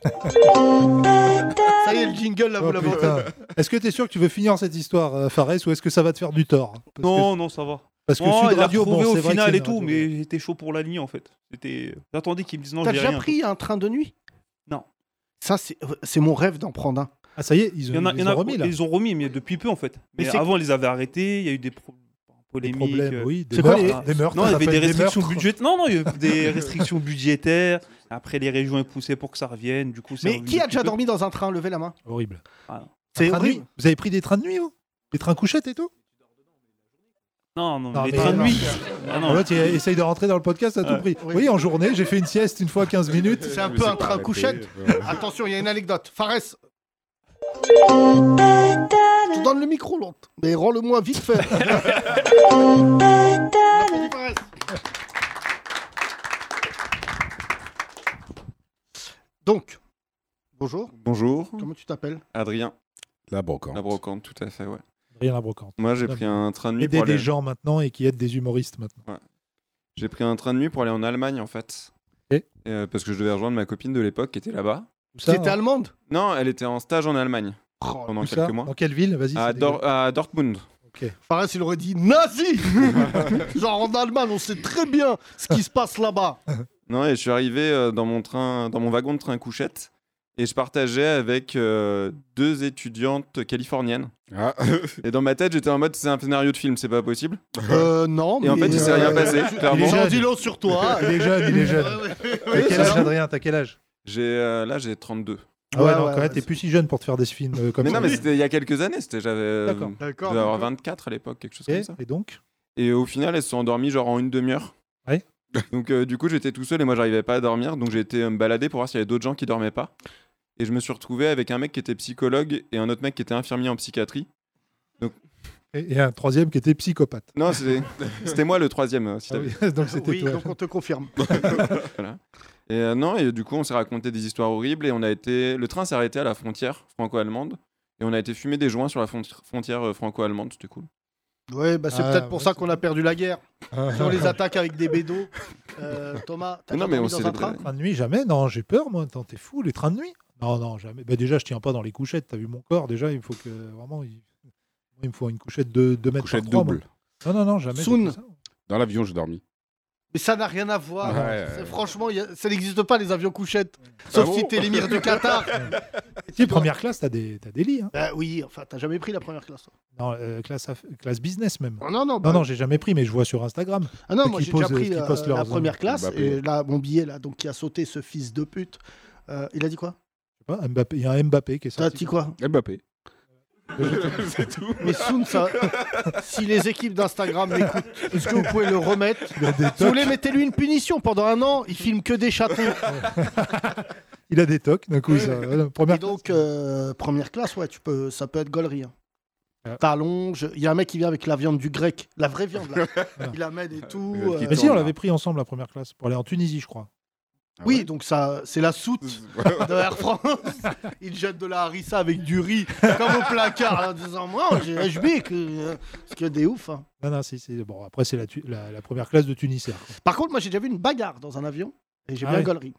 C: Ça y est, le jingle là, vous
D: Oh,
C: l'avez
D: putain.
C: entendu.
D: Est-ce que tu es sûr que tu veux finir cette histoire, euh, Fares, ou est-ce que ça va te faire du tort Parce que-
K: Non, non, ça va.
D: Parce que
K: Non,
D: Sud
K: il l'a
D: Radio, bon,
K: retrouvé
D: c'est vrai
K: au
D: que
K: final
D: c'est
K: et
D: une
K: tout,
D: radio.
K: mais j'étais chaud pour la nuit en fait. C'était- J'attendais qu'ils me disent non,
C: T'as
K: j'ai
C: déjà
K: rien.
C: pris un train de nuit
K: Non.
C: Ça, c'est euh, c'est mon rêve d'en prendre un.
D: Ah, ça y est,
K: Il y en a- il y en a- Ils ont remis, mais depuis peu en fait.
C: Mais
K: Mais,
C: c'est-
K: avant, ils les avaient arrêtés, il y a eu des pro- polémiques.
D: problèmes,
K: euh,
D: oui, des
K: c'est quoi
D: meurtres,
K: les-
D: des meurtres,
K: Non, il y
D: ça
K: avait des
D: s'appelle des
K: restrictions
D: meurtres.
K: budgétaires. Non, non, il y a eu des restrictions budgétaires. Après, les régions ont poussé pour que ça revienne. Du coup, c'est
C: Mais
K: revenu
C: qui a
K: depuis
C: déjà
K: peu.
C: dormi dans un train Levez la main.
D: Horrible.
K: Ah.
C: C'est
D: Un train de
C: horrible.
D: nuit Vous avez pris des trains de nuit, vous Des trains couchettes et tout
K: Non, non,
D: Non,
K: les
D: mais
K: trains de
D: non.
K: nuit. Ah, non.
D: L'autre, il essaye de rentrer dans le podcast à tout prix. Oui, en journée, j'ai fait une sieste une fois 15 minutes.
C: C'est un peu un train couchette. Attention, il y a une anecdote. Fares. Je te donne le micro, l'autre. Mais rends-le-moi vite fait. Merci, Fares. Donc, bonjour.
L: Bonjour.
C: Comment tu t'appelles
L: Adrien.
E: La brocante.
L: La brocante, tout à fait, ouais.
D: Rien à brocante.
L: Moi, j'ai pris un train de nuit
D: Aider
L: pour aller...
D: des gens maintenant et qui aident des humoristes maintenant. Ah
L: Ouais. J'ai pris un train de nuit pour aller en Allemagne, en fait.
D: Et
L: Euh, Parce que je devais rejoindre ma copine de l'époque qui était là-bas.
D: ça, Qui était hein Oh,
C: allemande
L: Non, elle était en stage en Allemagne. pendant
D: Où
L: quelques
D: ça
L: mois.
D: Dans quelle ville Vas-y.
L: à,
D: c'est
L: Dor- à Dortmund.
C: Fares, il aurait dit nazi Genre en Allemagne, on sait très bien ce qui se passe là-bas.
L: Non, et je suis arrivé euh, dans mon train, dans mon wagon de train couchette, et je partageais avec euh, deux étudiantes californiennes.
E: Ah.
L: Et dans ma tête, j'étais en mode, c'est un scénario de film, c'est pas possible.
C: Euh, non, euh,
L: Et en fait, il s'est rien passé, clairement.
C: J'en dis long sur toi.
D: Il est jeune, il est jeune. T'as quel âge, Adrien T'as quel âge
L: J'ai, euh, là, j'ai 32.
D: Ah ouais, non, quand même, t'es plus si jeune pour te faire des films euh, comme
L: mais
D: ça.
L: non, mais c'était il y a quelques années, c'était j'avais euh,
D: D'accord.
L: je devais
D: D'accord,
L: avoir 24 à l'époque, quelque chose
D: Et-
L: comme ça.
D: et donc
L: Et au final, elles se sont endormies genre en une demi-heure.
D: Ouais.
L: Donc euh, du coup, j'étais tout seul et moi j'arrivais pas à dormir, donc j'ai été euh, me balader pour voir s'il y avait d'autres gens qui dormaient pas. Et je me suis retrouvé avec un mec qui était psychologue et un autre mec qui était infirmier en psychiatrie. Donc
D: Et, et un troisième qui était psychopathe.
L: non, c'est- c'était moi le troisième. euh, si
D: Ah
L: t'avais-
D: oui, donc c'était
C: Oui,
D: toi.
C: donc on te confirme.
L: Voilà. Et euh, non, et du coup, on s'est raconté des histoires horribles et on a été. Le train s'est arrêté à la frontière franco-allemande et on a été fumer des joints sur la fron- frontière euh, franco-allemande. C'était cool.
C: Ouais, bah c'est
L: Ah,
C: peut-être pour ça qu'on a perdu la guerre.
L: Ah.
C: Si on les attaque avec des bédos. Euh, Thomas, t'as
L: Non,
C: déjà
L: mais
C: dormi
L: on
C: dans un train
D: Train de nuit, jamais. Non, j'ai peur, moi. Attends, t'es fou, les trains de nuit Non, non, jamais. Bah, déjà, je tiens pas dans les couchettes. T'as vu mon corps Déjà, il me faut que. Vraiment, il, moi, il me faut une couchette de 2 mètres.
E: Couchette
D: par trois,
E: double.
D: moi. Non, non, non, jamais.
C: Soun.
E: Dans l'avion, j'ai dormi.
C: Mais ça n'a rien à voir.
E: Ouais, ouais,
C: C'est-
E: ouais.
C: Franchement, y a- ça n'existe pas les avions couchettes.
D: Ah
C: Sauf si t'es l'émir du Qatar.
D: Si, première classe, t'as des, t'as des lits. hein.
C: Bah oui, enfin, t'as jamais pris la première classe. hein.
D: Non, euh, classe, aff- classe business même.
L: Oh,
C: Ah non, non, bah-
D: non, j'ai jamais pris, mais je vois sur Instagram.
C: Ah non,
D: Ceux
C: moi
D: qui
C: j'ai déjà
D: posent-
C: pris
D: qui
C: euh,
D: postent
C: la
D: leurs-
C: première classe.
D: Mbappé.
C: Et là, mon billet, là, donc qui a sauté ce fils de pute. euh, il a dit quoi
D: Je sais pas, Mbappé- Il y a un Mbappé qui est sorti.
C: T'as dit quoi
E: Mbappé.
C: C'est tout. Mais Soun, ça. si les équipes d'Instagram m'écoutent, est-ce que vous pouvez le remettre Si vous voulez, mettez-lui une punition. Pendant un an, il filme que des chatons.
D: Il a des tocs, d'un coup. ça- voilà, première
C: Et donc, euh, première classe, ouais, tu peux, ça peut être gaulerie. hein.
D: Ah.
C: Talons, je- il y a un mec qui vient avec la viande du grec, la vraie viande. là. il amène et tout. euh,
D: Mais si, on l'avait pris ensemble la première classe pour aller en Tunisie, je crois.
C: Oui, donc ça, c'est la soute de Air France. Il jette de la harissa avec du riz, comme au placard, là, en disant Moi, j'ai HB, que, euh, parce que des ouf. hein.
D: Non, non, si, si. Bon, après, c'est la, tu- la- la première classe de Tunisien.
C: Par contre, moi, j'ai déjà vu une bagarre dans un avion, et j'ai
D: Ah
C: bien
D: ouais.
C: gaulerie.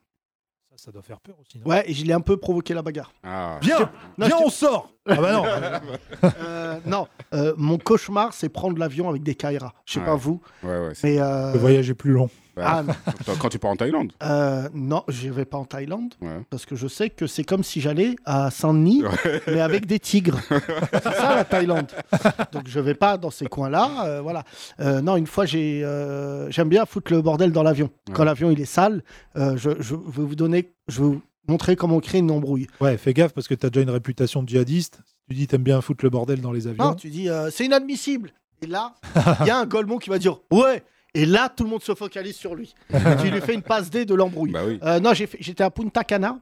D: Ça, ça doit faire peur aussi. non
C: Ouais, et je l'ai un peu provoqué la bagarre.
E: Ah.
D: Viens, viens, on sort. Ah bah non.
C: Euh, non, euh, mon cauchemar, c'est prendre l'avion avec des Kaira. Je sais
E: Ouais.
C: pas vous.
E: Ouais, ouais.
C: Mais euh,
D: Le voyage est plus long.
C: Ah,
E: Bah, quand- Quand tu pars en Thaïlande.
C: euh, non, je vais pas en Thaïlande
E: Ouais.
C: parce que je sais que c'est comme si j'allais à Saint-Denis, mais avec des tigres. c'est ça la Thaïlande. Donc je vais pas dans ces coins-là. euh, voilà. Euh, non, une fois, j'ai, euh, j'aime bien foutre le bordel dans l'avion. Quand l'avion il est sale, euh, je, je vais vous donner, je vais vous montrer comment on crée une embrouille.
D: Ouais, fais gaffe parce que t'as déjà une réputation de djihadiste. Si tu dis t'aimes bien foutre le bordel dans les avions.
C: Non, tu dis euh, c'est inadmissible. Et là, il y a un Golemon qui va dire ouais. Et là, tout le monde se focalise sur lui. tu lui fais une passe D de l'embrouille. Euh, non, j'ai fait- j'étais à Punta Cana.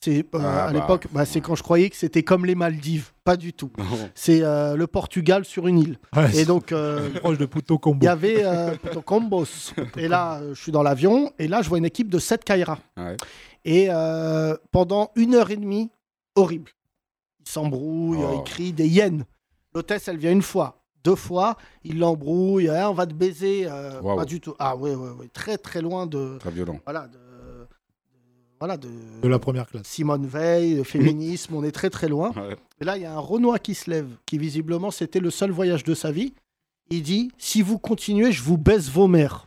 C: C'est euh,
E: Bah Ah
C: à
E: bah.
C: l'époque, bah, c'est quand je croyais que c'était comme les Maldives, pas du tout. C'est euh, le Portugal sur une île.
D: Ouais,
C: et donc euh,
D: proche de Puto Combo.
C: il y avait euh, Puto Combos. et là, euh, je suis dans l'avion et là, je vois une équipe de 7 Kaira. Et euh, pendant une heure et demie, horrible. Ils s'embrouillent,
M: Oh.
C: ils crient des yens. L'hôtesse, elle vient une fois, deux fois, ils l'embrouillent, Eh, on va te baiser. euh,
E: Waouh.
C: Pas du tout. Ah oui, oui, oui. Très, très loin de.
E: Très violent.
C: Voilà, de. Voilà, de,
D: De la première classe.
C: Simone Veil, le féminisme, on est très très loin. Et là, il y a un Renoir qui se lève, qui visiblement c'était le seul voyage de sa vie. Il dit Si vous continuez, je vous baisse vos mères.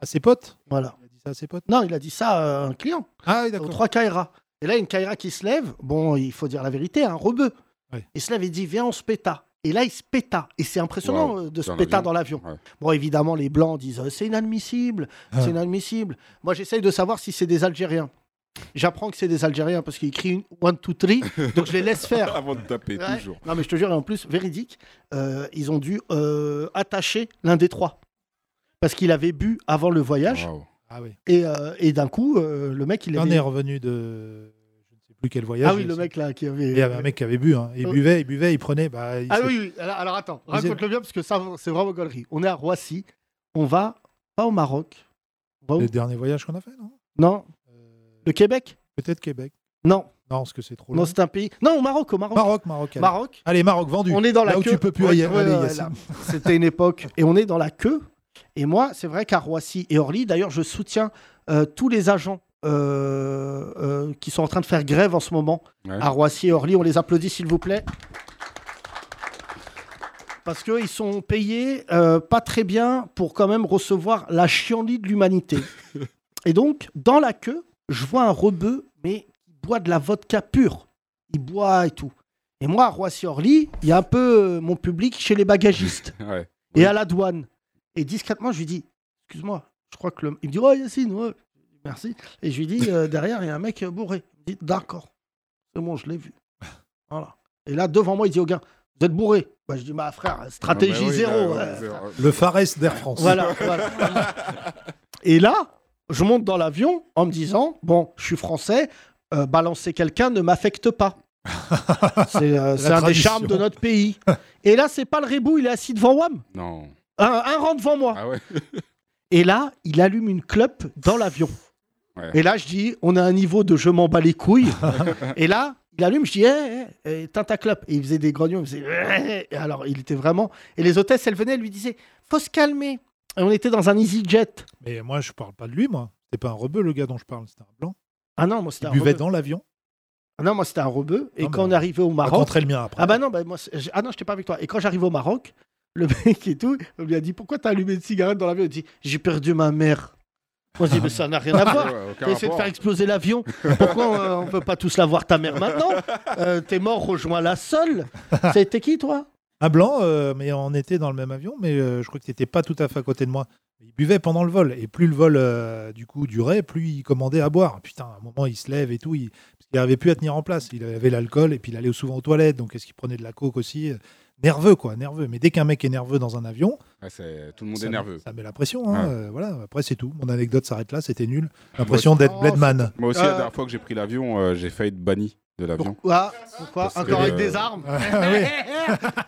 D: à ses potes
C: Voilà.
D: Il a dit ça à ses potes
C: Non, il a dit ça à un client.
D: Ah,
C: Aux trois Kaira. Et là, il y a une Kaira qui se lève. Bon, il faut dire la vérité, un rebeu. Il se lève et dit Viens, on se péta. Et là, il se péta. Et c'est impressionnant
E: Waouh.
C: euh, de se
E: Dans
C: péta
E: l'avion.
C: dans l'avion.
E: Ouais.
C: Bon, évidemment, les Blancs disent euh, C'est inadmissible, c'est inadmissible. Moi, j'essaye de savoir si c'est des Algériens. J'apprends que c'est des Algériens parce qu'ils crient une one, two, three. donc, je les laisse faire.
E: Avant de taper,
C: Ouais.
E: toujours.
C: Non, mais je te jure, et en plus, véridique, euh, ils ont dû euh, attacher l'un des trois. Parce qu'il avait bu avant le voyage.
D: Ah oui.
C: Et, euh, et d'un coup, euh, le mec, il
D: On
C: avait.
D: est revenu de. Je ne sais plus quel voyage.
C: Ah oui, le mec là qui avait.
D: Il y avait un mec qui avait bu. hein. Il
C: Oh.
D: buvait, il buvait, il prenait. bah, il
C: Ah
D: s'est-
C: oui, oui, alors, alors attends,
D: Ils étaient-
C: raconte-le bien parce que ça, c'est vraiment galerie. On est à Roissy, on va pas au Maroc. on va où
D: Le dernier voyage qu'on a fait, non
C: Non. Le Québec
D: Peut-être Québec.
C: Non.
D: Non, parce que c'est trop
C: Non,
D: long.
C: c'est un pays. Non, au Maroc, au Maroc.
D: Maroc, Maroc. allez.
C: Maroc.
D: Allez, Maroc, vendu.
C: On est dans
D: Là
C: la
D: où
C: queue.
D: tu peux plus
C: Ouais,
D: aller,
C: ouais,
D: allez,
C: ouais,
D: Yassine.
C: là. C'était une époque. Et on est dans la queue. Et moi, c'est vrai qu'à Roissy et Orly, d'ailleurs, je soutiens euh, tous les agents euh, euh, qui sont en train de faire grève en ce moment.
E: Ouais.
C: À Roissy et Orly, on les applaudit, s'il vous plaît. Parce qu'ils sont payés euh, pas très bien pour quand même recevoir la chienlit de l'humanité. et donc, dans la queue, je vois un rebeu, mais qui boit de la vodka pure. Il boit et tout. Et moi, à Roissy-Orly, il y a un peu euh, mon public chez les bagagistes
E: Ouais.
C: et à la douane. Et discrètement, je lui dis, excuse-moi, je crois que le... Il me dit, ouais, Yacine, ouais, merci. Et je lui dis, Euh, derrière, il y a un mec euh, bourré. Il me dit, d'accord, c'est bon, je l'ai vu. Voilà. Et là, devant moi, il dit au gars, vous êtes bourré. Bah, je dis, bah frère, stratégie
D: Ah bah oui,
C: zéro.
D: là,
C: ouais.
D: zéro. Le Fares d'Air France.
C: Voilà, voilà. Et là, je monte dans l'avion en me disant, bon, je suis français, euh, balancer quelqu'un ne m'affecte pas. c'est euh,
D: La
C: c'est un des
D: tradition.
C: charmes de notre pays. Et là, c'est pas le rebou, il est assis devant WAM.
E: Non.
C: Un, un rang devant moi. Et là, il allume une clope dans l'avion.
E: Ouais.
C: Et là, je dis, on a un niveau de je m'en bats les couilles. et là, il allume, je dis, eh, hey, teint ta clope. Et il faisait des grognons, il faisait, Eh, eh. alors il était vraiment. Et les hôtesses, elles venaient, elles lui disaient, faut se calmer. Et on était dans un easy jet.
D: Mais moi, je parle pas de lui, moi. C'est pas un rebeu, le gars dont je parle. C'était un blanc.
C: Ah non, moi c'était
D: Il
C: un
D: buvait
C: rebeu.
D: dans l'avion. Ah
C: Ah non, moi c'était un rebeu. Et
D: Non,
C: quand
D: mais
C: on est arrivé au Maroc.
D: raconterai le mien après.
C: Ah bah non, bah, moi, c'est- j'ai- ah non, j'étais pas avec toi. Et quand j'arrive au Maroc, le mec et tout, on lui a dit Pourquoi t'as allumé une cigarette dans l'avion Il dit J'ai perdu ma mère. Moi, je dis, mais ça n'a rien à voir.
E: Ouais, ouais, aucun
C: T'as essayé de
E: rapport.
C: faire exploser l'avion. Pourquoi euh, on peut pas tous la voir, ta mère, maintenant Euh, T'es mort, rejoins-la seule. C'était qui, toi
D: Un blanc, euh, mais on était dans le même avion, mais euh, je crois que tu n'étais pas tout à fait à côté de moi. Il buvait pendant le vol, et plus le vol euh, du coup durait, plus il commandait à boire. Putain, à un moment il se lève et tout, il n'arrivait plus à tenir en place. Il avait l'alcool et puis il allait souvent aux toilettes, donc est-ce qu'il prenait de la coke aussi euh, Nerveux quoi, nerveux. Mais dès qu'un mec est nerveux dans un avion,
E: Ouais, c'est- tout le monde
D: Ça
E: est
D: met-
E: nerveux.
D: ça met la pression. hein,
E: Ouais.
D: euh, voilà, après c'est tout. Mon anecdote s'arrête là, c'était nul.
E: Moi
D: L'impression
E: aussi- Oh,
D: d'être Bledman.
E: Moi aussi, la dernière fois que j'ai pris l'avion, euh, j'ai failli être banni de l'avion.
C: Quoi Ah, Pourquoi
E: Parce
C: Encore
E: que,
C: avec
E: euh,
C: des armes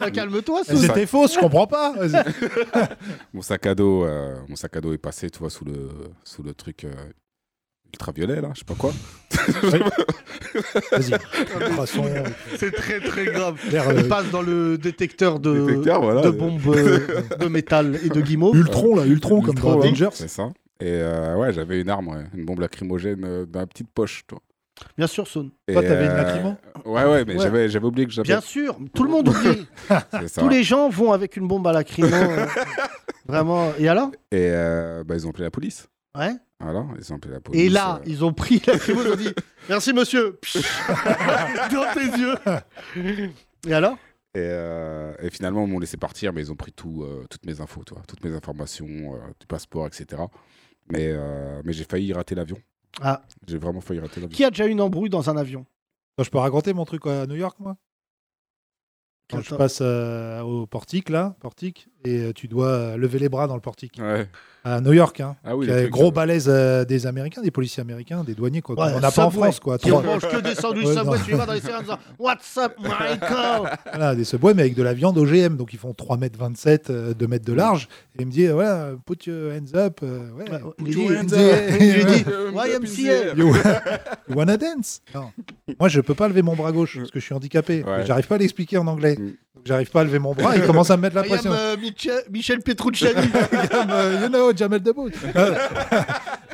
C: Euh, Calme-toi,
E: Mais c'était
C: faux,
E: fausse, je
D: comprends pas.
E: Mon sac à dos, euh, mon sac à dos est passé, tu vois, sous le sous le truc euh, ultraviolet là, je sais pas quoi.
D: Vas-y.
C: C'est très très grave.
E: L'air,
C: Il
E: euh,
C: passe dans le détecteur de,
E: Détecteur, voilà.
C: de bombes euh, de métal et de guimauve.
D: Ultron, là, Ultron, comme
C: hein.
D: dans
E: ouais,
D: Avengers.
E: hein. C'est ça. Et euh, ouais, j'avais une arme, ouais, une bombe lacrymogène euh, dans la petite poche, toi.
C: Bien sûr, Saune.
E: Et,
C: Toi, t'avais une
E: euh,
C: lacrymo
E: Ouais, ouais, mais
C: Ouais.
E: j'avais j'avais oublié que j'avais.
C: Bien sûr, tout le monde oublie.
E: C'est ça.
C: Tous les gens vont avec une bombe à lacrymo. euh, vraiment. Et alors
E: Et euh, bah, ils ont appelé la police.
C: Ouais.
E: Voilà, ils ont appelé la police.
C: Et là,
E: euh,
C: ils ont pris la lacrymo, ils ont dit Merci monsieur Dans tes yeux Et alors
E: Et, euh, et finalement, ils m'ont laissé partir, mais ils ont pris tout, euh, toutes mes infos, tu vois, toutes mes informations, euh, du passeport, etc. Mais, euh, mais j'ai failli rater l'avion.
C: Ah.
E: J'ai vraiment failli rater l'avion.
C: Qui a déjà eu une embrouille dans un avion
D: Je peux raconter mon truc à New York, moi Quand je passe euh, au portique, là, portique, et euh, tu dois euh, lever les bras dans le portique.
E: Ouais.
D: à New York. Hein,
E: Ah oui,
D: qui
E: les
D: a
E: trucs,
D: gros balèze euh, des Américains, des policiers américains, des douaniers. Quoi,
C: Ouais,
D: on n'a pas en
C: Subway,
D: France. Quoi,
C: qui
D: Trois-
C: mange que des sandwichs
D: Ouais,
C: Subway,
D: non.
C: tu y vas dans les séries en disant What's up, Michael Euh,
D: Voilà, des Subway, mais avec de la viande OGM. Donc ils font 3m27, 2 euh, mètres de large. Et il me dit, euh, voilà, put your hands up. euh, ouais, put
C: your hands up.
D: Il lui dit,
C: YMCA.
D: You, you wanna dance Non. Moi, je peux pas lever mon bras gauche parce que je suis handicapé.
E: Ouais.
D: Mais J'arrive pas à l'expliquer en anglais. Donc, J'arrive pas à lever mon bras. Il commence à me mettre la
C: I am,
D: pression.
C: euh, Michel, Michel Petrucciani.
D: Comme, euh, you know, Jamel Debbouze. Euh,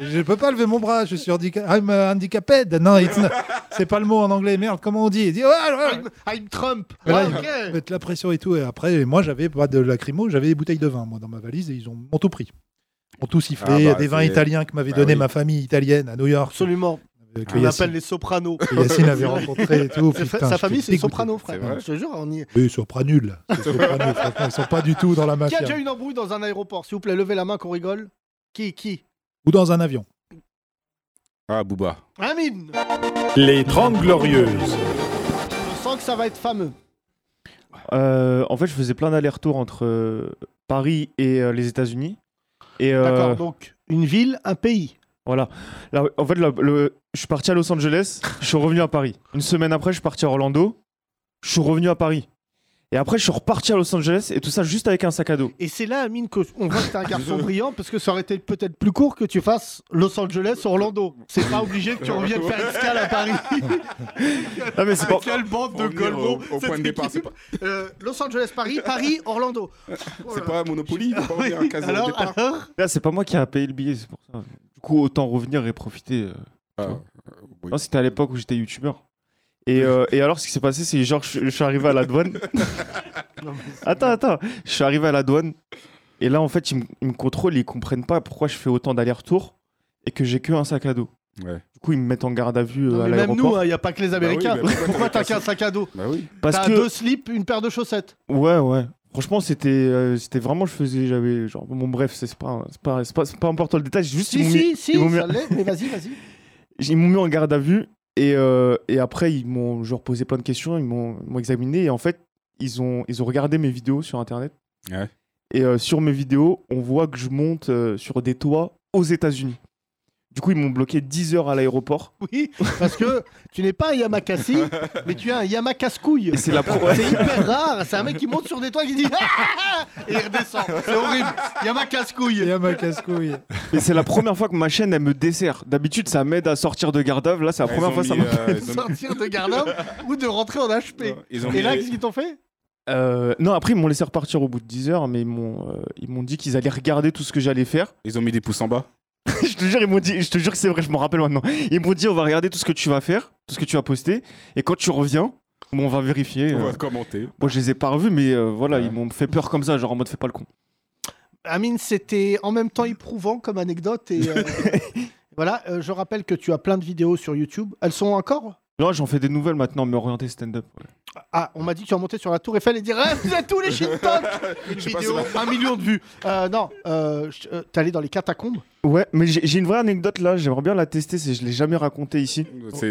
D: je peux pas lever mon bras. Je suis handicapé. I'm euh, handicaped. Non, it's not- c'est pas le mot en anglais. Merde, comment on dit Il dit, ouais, ouais.
C: I'm, I'm Trump.
D: Voilà,
C: Ah,
D: ils
C: ok.
D: me mettent la pression et tout. Et après, moi, j'avais pas de lacrymo, j'avais des bouteilles de vin, moi, dans ma valise, et ils ont, m'ont tout pris. Ils ont tout sifflé,
C: Ah bah,
D: des vins
C: c'est-
D: italiens que m'avait
C: Bah
D: donné
C: oui.
D: ma famille italienne à New York.
C: Absolument.
D: Euh, que
C: On
D: Yacine-
C: appelle les sopranos.
D: que Yacine avait rencontré et tout.
C: Sa-
D: Putain,
C: Sa
D: j'étais
C: famille, c'est
D: dégoûté.
C: les sopranos, frère.
D: C'est vrai.
C: Je te jure, on y est.
D: Oui, sopranuls. Les sopranuls, franchement, ils sont pas du tout dans la
C: Qui a
D: mafia.
C: déjà eu une embrouille dans un aéroport S'il vous plaît, levez la main qu'on rigole. Qui Qui
D: Ou dans un avion.
E: Ah, Booba.
C: Amine
E: Les 30 Glorieuses.
C: On sent que ça va être fameux.
M: Euh, en fait, je faisais plein d'allers-retours entre euh, Paris et euh, les États-Unis. Et, euh,
C: D'accord, donc une ville, un pays.
M: Voilà. Là, en fait, là, le- je suis parti à Los Angeles, je suis revenu à Paris. Une semaine après, je suis parti à Orlando, je suis revenu à Paris. Et après, je suis reparti à Los Angeles, et tout ça juste avec un sac à dos.
C: Et c'est là, Amine, qu'on voit que t'es un garçon brillant parce que ça aurait été peut-être plus court que tu fasses Los Angeles, Orlando. C'est pas obligé que tu reviennes faire une escale à Paris.
M: Non, mais c'est pas-
C: Quelle bande de
E: Revenir
C: Golbo
E: au- au point de départ, c'est
C: Euh, Los Angeles, Paris, Paris, Orlando.
E: C'est pas Monopoly, il faut pas ouvrir un casino au
C: Alors,
E: départ.
C: alors
M: Là, c'est pas moi qui a payé le billet, c'est pour ça. Du coup, autant revenir et profiter. euh, tu vois. Non, c'était à l'époque où j'étais youtubeur. Et, euh, et alors, ce qui s'est passé, c'est genre, je, je suis arrivé à la douane. attends, attends. Je suis arrivé à la douane. Et là, en fait, ils me- ils me contrôlent, ils comprennent pas pourquoi je fais autant d'allers-retours et que j'ai que un sac à dos. Du coup, ils me mettent en garde à vue euh,
C: Non,
M: à
C: mais même
M: l'aéroport.
C: nous, hein, il n'y a pas que les Américains. pourquoi t'as qu'un sac à dos
M: Parce
C: T'as
M: que-
C: deux slips, une paire de chaussettes.
M: Ouais, ouais. Franchement, c'était euh, c'était vraiment, je faisais, j'avais genre, bon, bref, c'est c'est pas, c'est pas, c'est pas, c'est pas important le détail, c'est juste.
C: Si,
M: ils m'ont mis-
C: si, si,
M: ils m'ont mis-
C: ça l'est, mais vas-y, vas-y.
M: Ils m'ont mis en garde à vue et, euh, et après ils m'ont genre posé plein de questions, ils m'ont ils m'ont examiné et en fait ils ont ils ont regardé mes vidéos sur internet
E: Ouais.
M: et euh, sur mes vidéos on voit que je monte euh, sur des toits aux États-Unis. Du coup ils m'ont bloqué 10 heures à l'aéroport.
C: Oui, parce que tu n'es pas un Yamakasi, mais tu es un Yamakasse-couille.
M: Et c'est la pro- ouais.
C: C'est hyper rare. C'est un mec qui monte sur des toits et qui dit Ah ah et il redescend. C'est horrible. Yamakasse-couille.
D: Yamakasse-couille.
M: Mais c'est la première fois que ma chaîne elle me dessert. D'habitude ça m'aide à sortir de garde là c'est la
E: Ouais,
M: première
E: ils
M: fois
E: ont
M: ça
E: mis,
M: me
E: euh, ils ont mis-
C: Sortir de Garnam ou de rentrer en HP.
M: ils ont
C: Et
M: mis
C: là,
M: les-
C: qu'est-ce qu'ils t'ont fait
M: Euh, non, après, ils m'ont laissé repartir au bout de 10 heures, mais ils m'ont, euh, ils m'ont dit qu'ils allaient regarder tout ce que j'allais faire.
E: Ils ont mis des pouces en bas.
M: je te jure, ils m'ont dit, je te jure que c'est vrai, je m'en rappelle maintenant. Ils m'ont dit, on va regarder tout ce que tu vas faire, tout ce que tu vas poster, et quand tu reviens, bon, on va vérifier.
E: On
M: euh.
E: va commenter.
M: Bon, je les ai pas revus, mais euh, voilà, ils m'ont fait peur comme ça, genre en mode fais pas le con.
C: Amine, c'était en même temps éprouvant comme anecdote. Et euh, voilà, euh, je rappelle que tu as plein de vidéos sur YouTube. Elles sont encore
M: Non, j'en fais des nouvelles maintenant, mais orienté stand-up. ouais.
C: Ah, on m'a dit que tu remontais sur la tour Eiffel et dire Eh, Vous êtes tous les shit-talk Une vidéo, un million de vues. Euh, non, euh, je- euh, t'es allé dans les catacombes
M: Ouais, mais j'ai j'ai une vraie anecdote là, j'aimerais bien la tester, c'est je l'ai jamais racontée ici.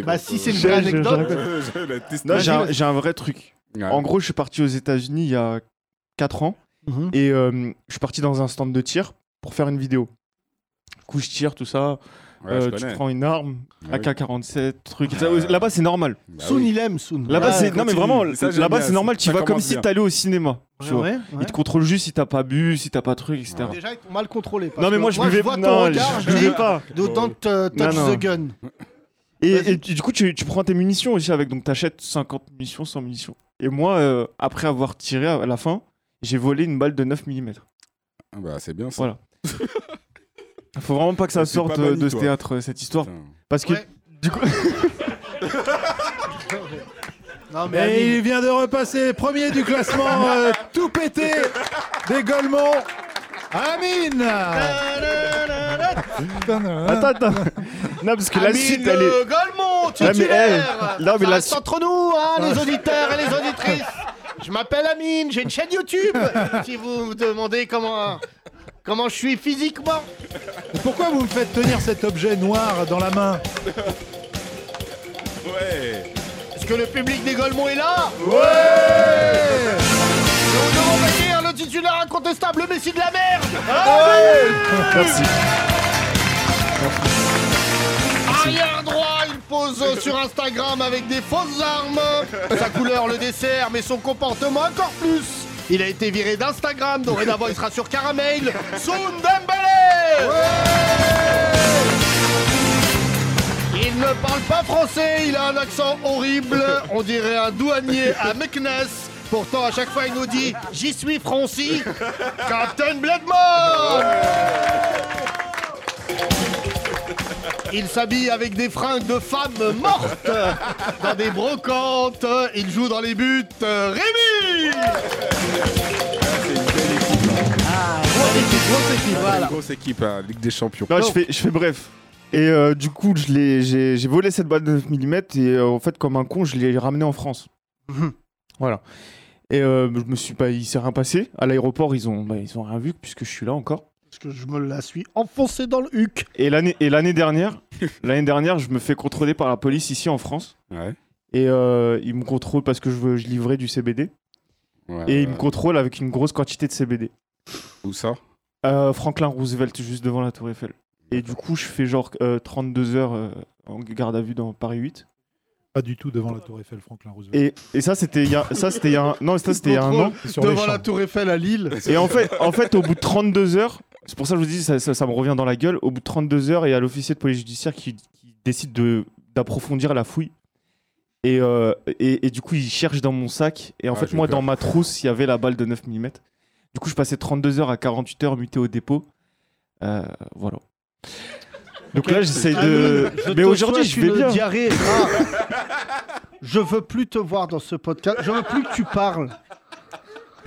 C: Bah, si c'est une vraie
M: Je- je- je
C: anecdote.
M: raconte.
E: Je euh, la teste.
M: Non, j'ai un,
E: Vas-y,
M: j'ai un vrai truc.
E: Ouais.
M: En gros, je suis parti aux États-Unis il y a 4 ans
C: Mhm.
M: et euh, je suis parti dans un stand de tir pour faire une vidéo. Du coup, je tire, tout ça.
E: Ouais,
M: Euh,
E: je
M: tu
E: connais.
M: prends une arme,
E: Ah oui.
M: AK-47, truc.
E: Ah
M: Ça,
E: ouais. Bah
M: Là-bas, c'est normal.
C: Soon, il aime, Soon.
M: Là-bas,
C: Ouais,
M: c'est non mais
C: continue.
M: vraiment.
C: Ça, j'aime
M: Là-bas,
C: bien,
M: c'est normal.
C: ça-
M: Tu
C: ça
M: vas comme
C: commence
M: si
C: bien.
M: t'allais au cinéma.
C: Ouais,
M: tu vois.
C: ouais, ouais.
M: Ils te contrôlent juste si t'as pas bu, si t'as pas truc, etc.
C: Déjà, ils t'ont mal contrôlé. parce
M: Non, mais
C: que
M: moi, je buvais-
C: vois ton
M: non,
C: regard,
M: je buvais
C: dis,
M: pas.
C: Do- Don't euh,
M: Non,
C: touch
M: non.
C: the gun.
M: Et, et tu- du coup, tu, tu prends tes munitions aussi avec. Donc, t'achètes 50 munitions, 100 munitions. Et moi, euh, après avoir tiré à la fin, j'ai volé une balle de 9 mm.
E: Bah, c'est bien ça.
M: Voilà. Faut vraiment pas que ça
E: T'es pas
M: sorte
E: banni,
M: de ce
E: toi.
M: théâtre, euh, cette histoire. Parce que. Du coup.
C: Non, mais Amine-
D: Et il vient de repasser premier du classement euh, tout pété des Golemont. Amine
M: Attends, attends. Non, parce que la
C: Amine
M: suite,
C: Le
M: elle est.
C: Golemont,
M: Non, mais,
C: titulaire
M: eh, non, mais
C: Ça
M: la
C: reste
M: su-
C: entre nous, hein, les auditeurs et les auditrices Je m'appelle Amine, j'ai une chaîne YouTube Si vous me demandez comment, comment je suis physiquement
D: Pourquoi vous me faites tenir cet objet noir dans la main
E: Ouais.
C: Est-ce que le public des Golemont est là
D: Ouais
C: Nous devons bâtir le le titulaire incontestable, le Messi de la merde Ah
M: Merci.
C: Arrière droit, il pose sur Instagram avec des fausses armes. Sa couleur, le dessert, mais son comportement encore plus. Il a été viré d'Instagram, dorénavant il sera sur Caramel. Soun Dembélé Il ne parle pas français, il a un accent horrible, on dirait un douanier à Meknes. Pourtant, à chaque fois, il nous dit J'y suis franci, Captain Bledmore Il s'habille avec des fringues de femmes mortes, dans des brocantes, il joue dans les buts. Rémi Ah, grosse équipe, grosse équipe, voilà.
E: Une grosse équipe, hein, Ligue des Champions.
M: Non, je fais, je fais bref. Et euh, du coup, je l'ai- j'ai j'ai volé cette balle de 9 mm et euh, en fait, comme un con, je l'ai ramené en France.
C: Mhm.
M: voilà. Et euh, je me suis pas, il s'est rien passé. À l'aéroport, ils ont, bah, ils ont rien vu puisque je suis là encore.
C: Parce que je me la suis enfoncée dans le huc.
M: Et l'année et l'année dernière, l'année dernière, je me fais contrôler par la police ici en France. Et euh, ils me contrôlent parce que je, veux- je livrais du CBD.
E: Ouais,
M: et
E: ouais,
M: ils me
E: ouais.
M: contrôlent avec une grosse quantité de CBD.
E: Où ça
M: Euh, Franklin Roosevelt, juste devant la Tour Eiffel. Et du coup, je fais genre euh, 32 heures euh, en garde à vue dans Paris 8.
D: Pas du tout devant la Tour Eiffel, Franklin Roosevelt.
M: Et, et ça, c'était il y a, ça, c'était il y a un, non, ça, c'était il y a un an.
C: Devant la Tour Eiffel à Lille.
M: Et en fait, en fait, au bout de 32 heures, c'est pour ça que je vous dis, ça, ça- ça me revient dans la gueule. Au bout de 32 heures, il y a l'officier de police judiciaire qui, qui décide de, d'approfondir la fouille. Et, euh, et, et du coup, il cherche dans mon sac. Et en
E: Ah,
M: fait,
E: j'ai
M: moi,
E: peur.
M: dans ma trousse, il y avait la balle de 9 mm. Du coup, je passais 32 heures à 48 heures muté au dépôt. Euh, voilà. Donc là, j'essaye de.
C: Amine, Ah, je
M: Mais
C: te
M: aujourd'hui,
C: souhaite
M: je vais
C: une
M: bien.
C: diarrhée grave. je veux plus te voir dans ce podcast. Je veux plus que tu parles.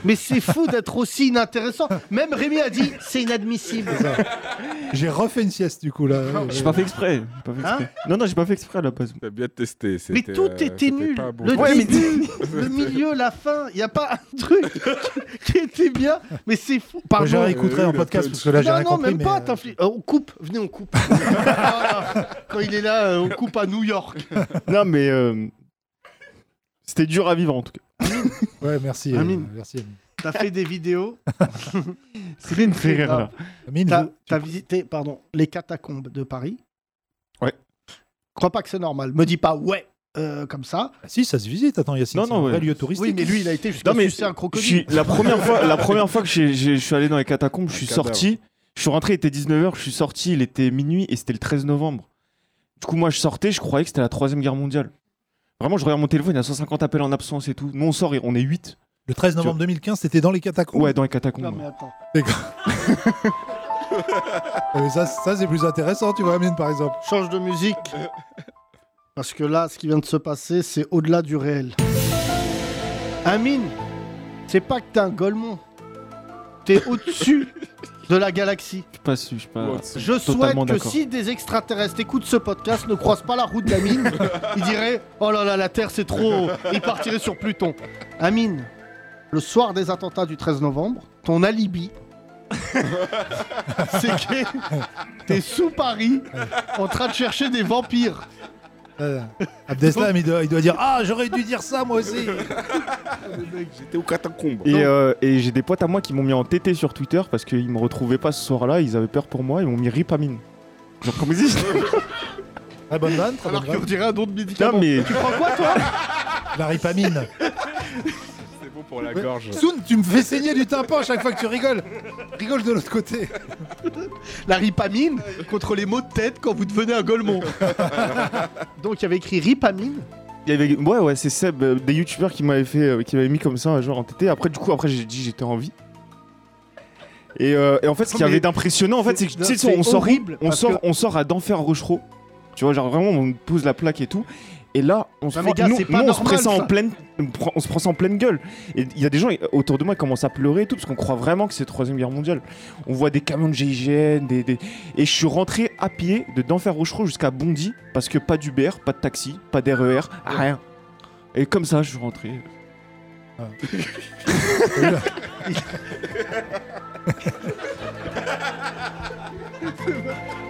C: Mais c'est fou d'être aussi inintéressant. Même Rémi a dit c'est inadmissible.
D: J'ai refait une sieste du coup là.
M: J'ai pas fait exprès. j'ai pas fait exprès.
C: Hein
M: non, non, j'ai pas fait exprès à la base.
E: euh, T'as bien testé. euh,
C: Mais tout
M: euh,
C: était nul. Le début, le milieu, la fin. Il n'y a pas un truc qui était bien. Mais c'est fou. Pardon.
D: je réécouterai en podcast, parce que là, j'ai
C: Non,
D: rien
C: non,
D: compris,
C: même
D: mais,
C: pas.
D: euh,
C: t'infli- Euh, on coupe. Venez, on coupe. Voilà. Quand il est là, euh, on coupe à New York.
M: non, mais euh, c'était dur à vivre en tout cas.
D: Ouais, merci. euh,
C: Amine.
D: merci. Amine.
C: T'as fait des vidéos.
M: C'est une fait rire, là.
C: T'as t'as visité, pardon, les catacombes de Paris.
M: Ouais.
C: Je crois pas que c'est normal. Me dis pas ouais euh, comme ça.
D: Ah, si, ça se visite. Attends, Yacine,
M: Non,
D: c'est
M: non,
D: un
M: ouais.
D: vrai lieu touristique.
C: Oui, mais lui, il a été jusqu'à
M: Non, mais
C: sucer un
M: Je
C: crocodile.
M: suis, la, première fois, la première fois que j'ai- j'ai- je suis allé dans les catacombes, je suis
E: cadavre.
M: sorti. Je suis rentré, il était 19h, je suis sorti, il était minuit et c'était le 13 novembre. Du coup, moi, je sortais, je croyais que c'était la Troisième Guerre mondiale. Vraiment, je regarde mon téléphone, il y a 150 appels en absence et tout. Nous, on sort, et on est 8.
D: Le 13 novembre 2015, c'était dans les catacombes.
M: Ouais, dans les catacombes.
C: Non,
M: ouais.
C: mais attends.
D: Ah, mais ça, ça c'est plus intéressant, tu vois, Amine, par exemple.
C: Change de musique. Parce que là, ce qui vient de se passer, c'est au-delà du réel. Amine, c'est pas que t'es un Golemon. T'es au-dessus de la galaxie.
M: Je suis pas su- je suis pas.
C: Je souhaite
M: totalement
C: que
M: d'accord.
C: si des extraterrestres écoutent ce podcast, ne croisent pas la route d'Amine, ils diraient Oh là là, la Terre c'est trop haut, ils partiraient sur Pluton. Amine, le soir des attentats du 13 novembre, ton alibi, c'est que t'es sous Paris en train de chercher des vampires.
D: Euh, Abdeslam, il doit, il doit dire Ah, j'aurais dû dire ça moi aussi.
E: J'étais au catacombe.
M: Et, euh, et j'ai des potes à moi qui m'ont mis en TT sur Twitter parce qu'ils me retrouvaient pas ce soir-là, ils avaient peur pour moi, ils m'ont mis ripamine. Genre comme ils disent.
D: Très bonne vanne, très bonne
C: Alors qu'on
D: vanne.
C: dirait un don de médicament.
M: Non, mais-
C: Tu prends quoi toi
D: La ripamine.
E: C'est bon pour la gorge.
D: Soun, tu me fais saigner du tympan à chaque fois que tu rigoles. Rigole de l'autre côté.
C: La ripamine contre les maux de tête quand vous devenez un Golemon. Donc il y avait écrit ripamine.
M: Il y avait... Ouais, ouais, c'est Seb, euh, des youtubeurs qui m'avaient fait, euh, qui m'avaient mis comme ça, genre en TT. Après, du coup, après, j'ai dit j'étais en vie. Et, euh, et en fait, ce
C: Non,
M: qu'il y avait
C: mais
M: d'impressionnant, en fait,
C: c'est-
M: c'est que
C: non,
M: tu sais,
C: c'est
M: on sort,
C: horrible,
M: on
C: parce
M: sort,
C: que-
M: on sort à d'enfer Rochereau. Tu vois, genre vraiment, on pose la plaque et tout. Et là, on se
C: Non,
M: prend,
C: mais gars,
M: nous-
C: c'est pas
M: nous, on se prend
C: normal,
M: ça
C: ça.
M: en pleine, on prend- on se prend ça en pleine gueule. Et il y a des gens euh, autour de moi qui commencent à pleurer et tout parce qu'on croit vraiment que c'est la troisième guerre mondiale. On voit des camions de GIGN, des, des- et je suis rentré à pied de d'enfer Rochereau jusqu'à Bondy parce que pas d'Uber, pas de taxi, pas d'RER, rien. Et comme ça, je suis rentré.
C: Ah.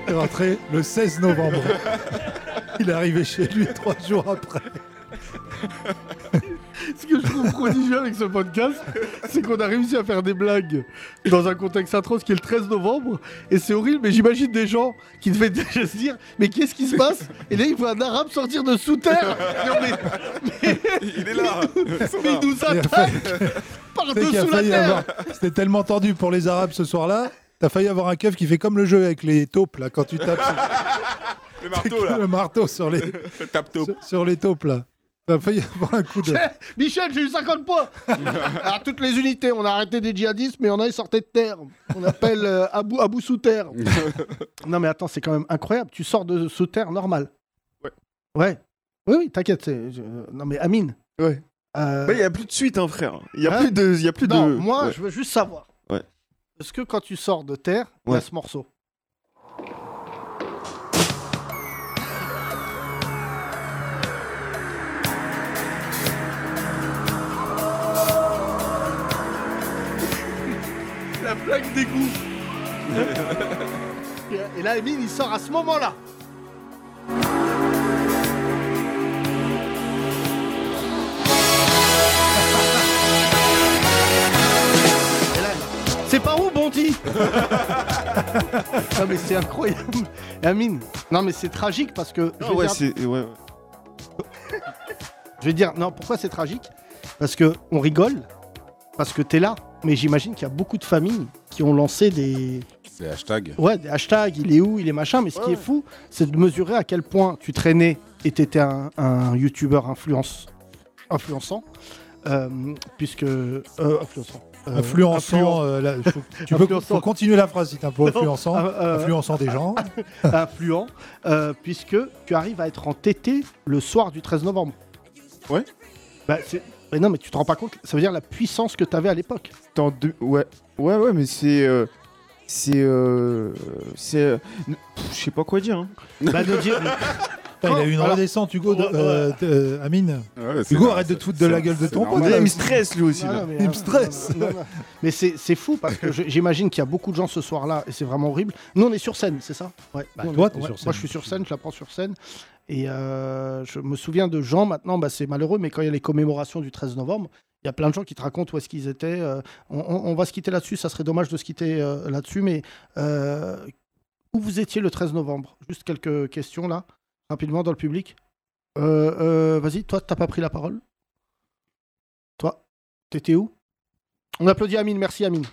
D: Il est rentré le 16 novembre. Il est arrivé chez lui trois jours après.
C: ce que je trouve prodigieux avec ce podcast, c'est qu'on a réussi à faire des blagues dans un contexte atroce qui est le 13 novembre. Et c'est horrible, mais j'imagine des gens qui devaient déjà se dire Mais qu'est-ce qui se passe Et là, il voit un arabe sortir de sous terre. Non, mais,
E: Il est là
C: mais il nous attaque
D: Tu sais qu'il a
C: par-dessous la
D: failli
C: terre.
D: avoir- C'était tellement tendu pour les Arabes ce soir-là. T'as failli avoir un keuf qui fait comme le jeu avec les taupes, là, quand tu tapes.
E: Le
D: marteau, là. Le marteau sur les, sur, sur les taupes, là. T'as failli avoir un coup de.
C: Michel, j'ai eu 50 points À toutes les unités, on a arrêté des djihadistes, mais il y en a, ils sortaient de terre. On appelle euh, à bout- à bout sous terre. non, mais attends, c'est quand même incroyable. Tu sors de sous terre normal.
L: Ouais.
C: Ouais. Oui, oui, t'inquiète. c'est- je- Non, mais Amine.
M: Ouais.
C: Euh,
M: Bah, Il y a plus de suite, hein, frère. Il y a
C: Hein
M: plus de. il Y a plus
C: non,
M: de...
C: moi,
M: Ouais.
C: je veux juste savoir.
M: Ouais.
C: Est-ce que quand tu sors de terre, il y a
M: Ouais.
C: ce morceau La plaque d'égout. Et- Et là, Emile, il sort à ce moment-là. Et là, C'est par où, Bonti Non, mais c'est incroyable. Amine, non, mais c'est tragique parce que. je
M: Ah
C: vais
M: ouais,
C: dire-
M: c'est. Ouais, ouais.
C: Je vais dire, non, pourquoi c'est tragique Parce que on rigole, parce que t'es là, mais j'imagine qu'il y a beaucoup de familles qui ont lancé des.
E: C'est hashtag.
C: Ouais, des hashtags, il est où, il est machin, mais ce qui est fou, c'est de mesurer à quel point tu traînais et t'étais un, un youtubeur influence, influençant, euh, puisque. euh, influençant. euh,
D: Influençant, euh, là, faut- tu peux
C: Influençant.
D: faut continuer la phrase si t'es un peu
C: Non,
D: influençant,
C: euh, euh,
D: influençant des gens.
C: influent, euh, puisque tu arrives à être entêté le soir du 13 novembre.
M: Ouais.
C: Bah, c'est- mais non, mais tu te rends pas compte, ça veut dire la puissance que t'avais à l'époque.
M: T'es en deux- Ouais, ouais, ouais, mais c'est. euh, C'est. euh, C'est. euh, pff, Je sais pas quoi dire. Hein.
C: Bah, de dire-
D: Putain, il a eu une
M: Alors-
D: redescente, Hugo. de- euh, de- euh, Amine.
E: c'est
D: Hugo,
E: normal,
D: arrête de te
E: c'est-
D: foutre de la
E: c'est-
D: gueule de
E: c'est
D: ton pote.
E: normal.
D: là.
M: lui aussi.
C: Ah,
D: là.
C: mais,
D: Il
C: ah,
D: me stresse.
C: non, non, non. Mais c'est c'est fou parce que je- j'imagine qu'il y a beaucoup de gens ce soir-là et c'est vraiment horrible. Nous, on est sur scène, c'est ça Ouais.
D: Bah,
C: Nous, on
D: toi,
C: est-
D: t'es sur
C: Moi,
D: scène.
C: je suis sur scène, je la prends sur scène. Et euh, je me souviens de gens maintenant, bah, c'est malheureux, mais quand il y a les commémorations du 13 novembre, il y a plein de gens qui te racontent où est-ce qu'ils étaient. euh, on, on- on va se quitter là-dessus, ça serait dommage de se quitter euh, là-dessus, mais euh, où vous étiez le 13 novembre Juste quelques questions là, rapidement dans le public. Euh, euh, Vas-y, toi, t'as pas pris la parole Toi, t'étais où on applaudit Amine, merci Amine.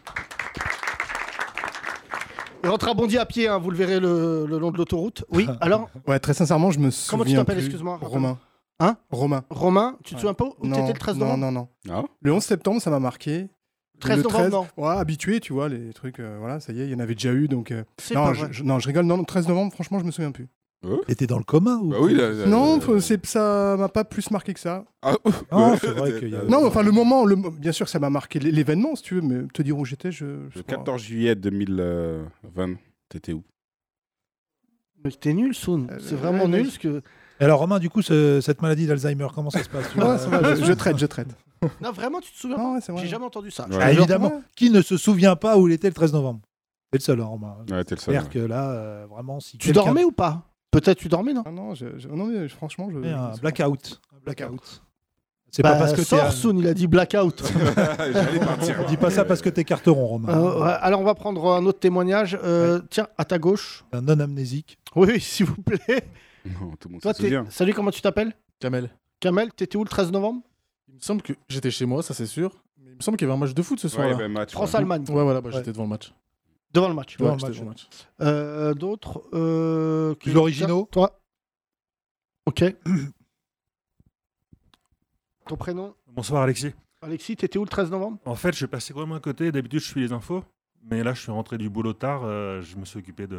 C: Et on te rebondit à pied, hein, vous le verrez le, le long de l'autoroute. Oui, alors
N: Ah. Ouais, très sincèrement, je me souviens.
C: Comment tu t'appelles,
N: plus.
C: excuse-moi, rappelle-moi.
N: Romain.
C: Hein
N: Romain.
C: Romain, tu te souviens pas où
N: Non,
C: t'étais le 13
N: non,
C: novembre
N: Non, non, Le 11 septembre, ça m'a marqué.
C: 13
N: Le
C: novembre, non.
N: Ouais, habitué, tu vois, les trucs, euh, voilà, ça y est, il y en avait déjà eu, donc. euh,
C: C'est
N: non,
C: pas
N: je,
C: vrai.
N: je- non, je rigole, non, non, 13 novembre, franchement, je me souviens plus.
C: Oh.
D: Et t'es dans le coma ou
E: Bah oui, là, là,
N: non,
D: Euh,
E: là,
N: faut- c'est- ça m'a pas plus marqué que ça.
E: Ah, ouf.
D: Non, c'est vrai qu'il y a-
N: Non, mais enfin, le moment, le, bien sûr, ça m'a marqué l- l'événement, si tu veux, mais te dire où j'étais, je. je
E: Le
N: sais pas.
E: 14 juillet 2020, t'étais où
C: Mais t'es nul, Soun.
N: Euh,
C: C'est vraiment nul ce que.
D: Alors, Romain, du coup, ce- cette maladie d'Alzheimer, comment ça se passe tu vois
N: Ouais, ça va, je, je traite, je traite.
C: Non, vraiment, tu te souviens
N: pas
C: J'ai jamais entendu ça.
D: Ah, évidemment. Qui ne se souvient pas où il était le 13 novembre T'es le seul, hein, Romain.
E: Ouais, t'es le seul.
D: J'espère que là, euh, vraiment, si.
C: Tu dormais ou pas Peut-être tu dormais, non
N: Ah non, je- je- non, mais franchement, je.
D: Un euh, blackout. Un blackout. C'est
C: Bah,
D: pas parce que t'es.
C: sors,
D: un-
C: Soun, il a dit blackout.
D: Dis pas ça parce que t'es carteron, Romain.
C: Euh, ouais, alors, on va prendre un autre témoignage. Euh, Tiens, à ta gauche.
D: Un non-amnésique.
C: Oui, oui, s'il vous plaît.
E: Non, tout le monde
C: Toi,
E: se
C: t'es-
E: souvient.
C: Salut, comment tu t'appelles
O: Kamel.
C: Kamel, t'étais où le 13 novembre
O: Il me semble que j'étais chez moi, ça c'est sûr. Mais il me semble qu'il y avait un match de foot ce
E: Ouais, il y
O: soir-là.
E: avait un match, ouais.
C: France-Allemagne.
O: Ouais, voilà, bah,
C: Ouais.
O: j'étais devant le match.
C: Devant le match.
O: Ouais, Devant le j'étais match, devant le
C: Euh, D'autres. Euh, qui-
D: Plus originaux.
C: Toi. Ok. Ton prénom
P: Bonsoir Alexis.
C: Alexis, t'étais où le 13 novembre
P: En fait, je suis passé complètement à côté. D'habitude, je suis les infos. Mais là, je suis rentré du boulot tard. euh, je me suis occupé de, de-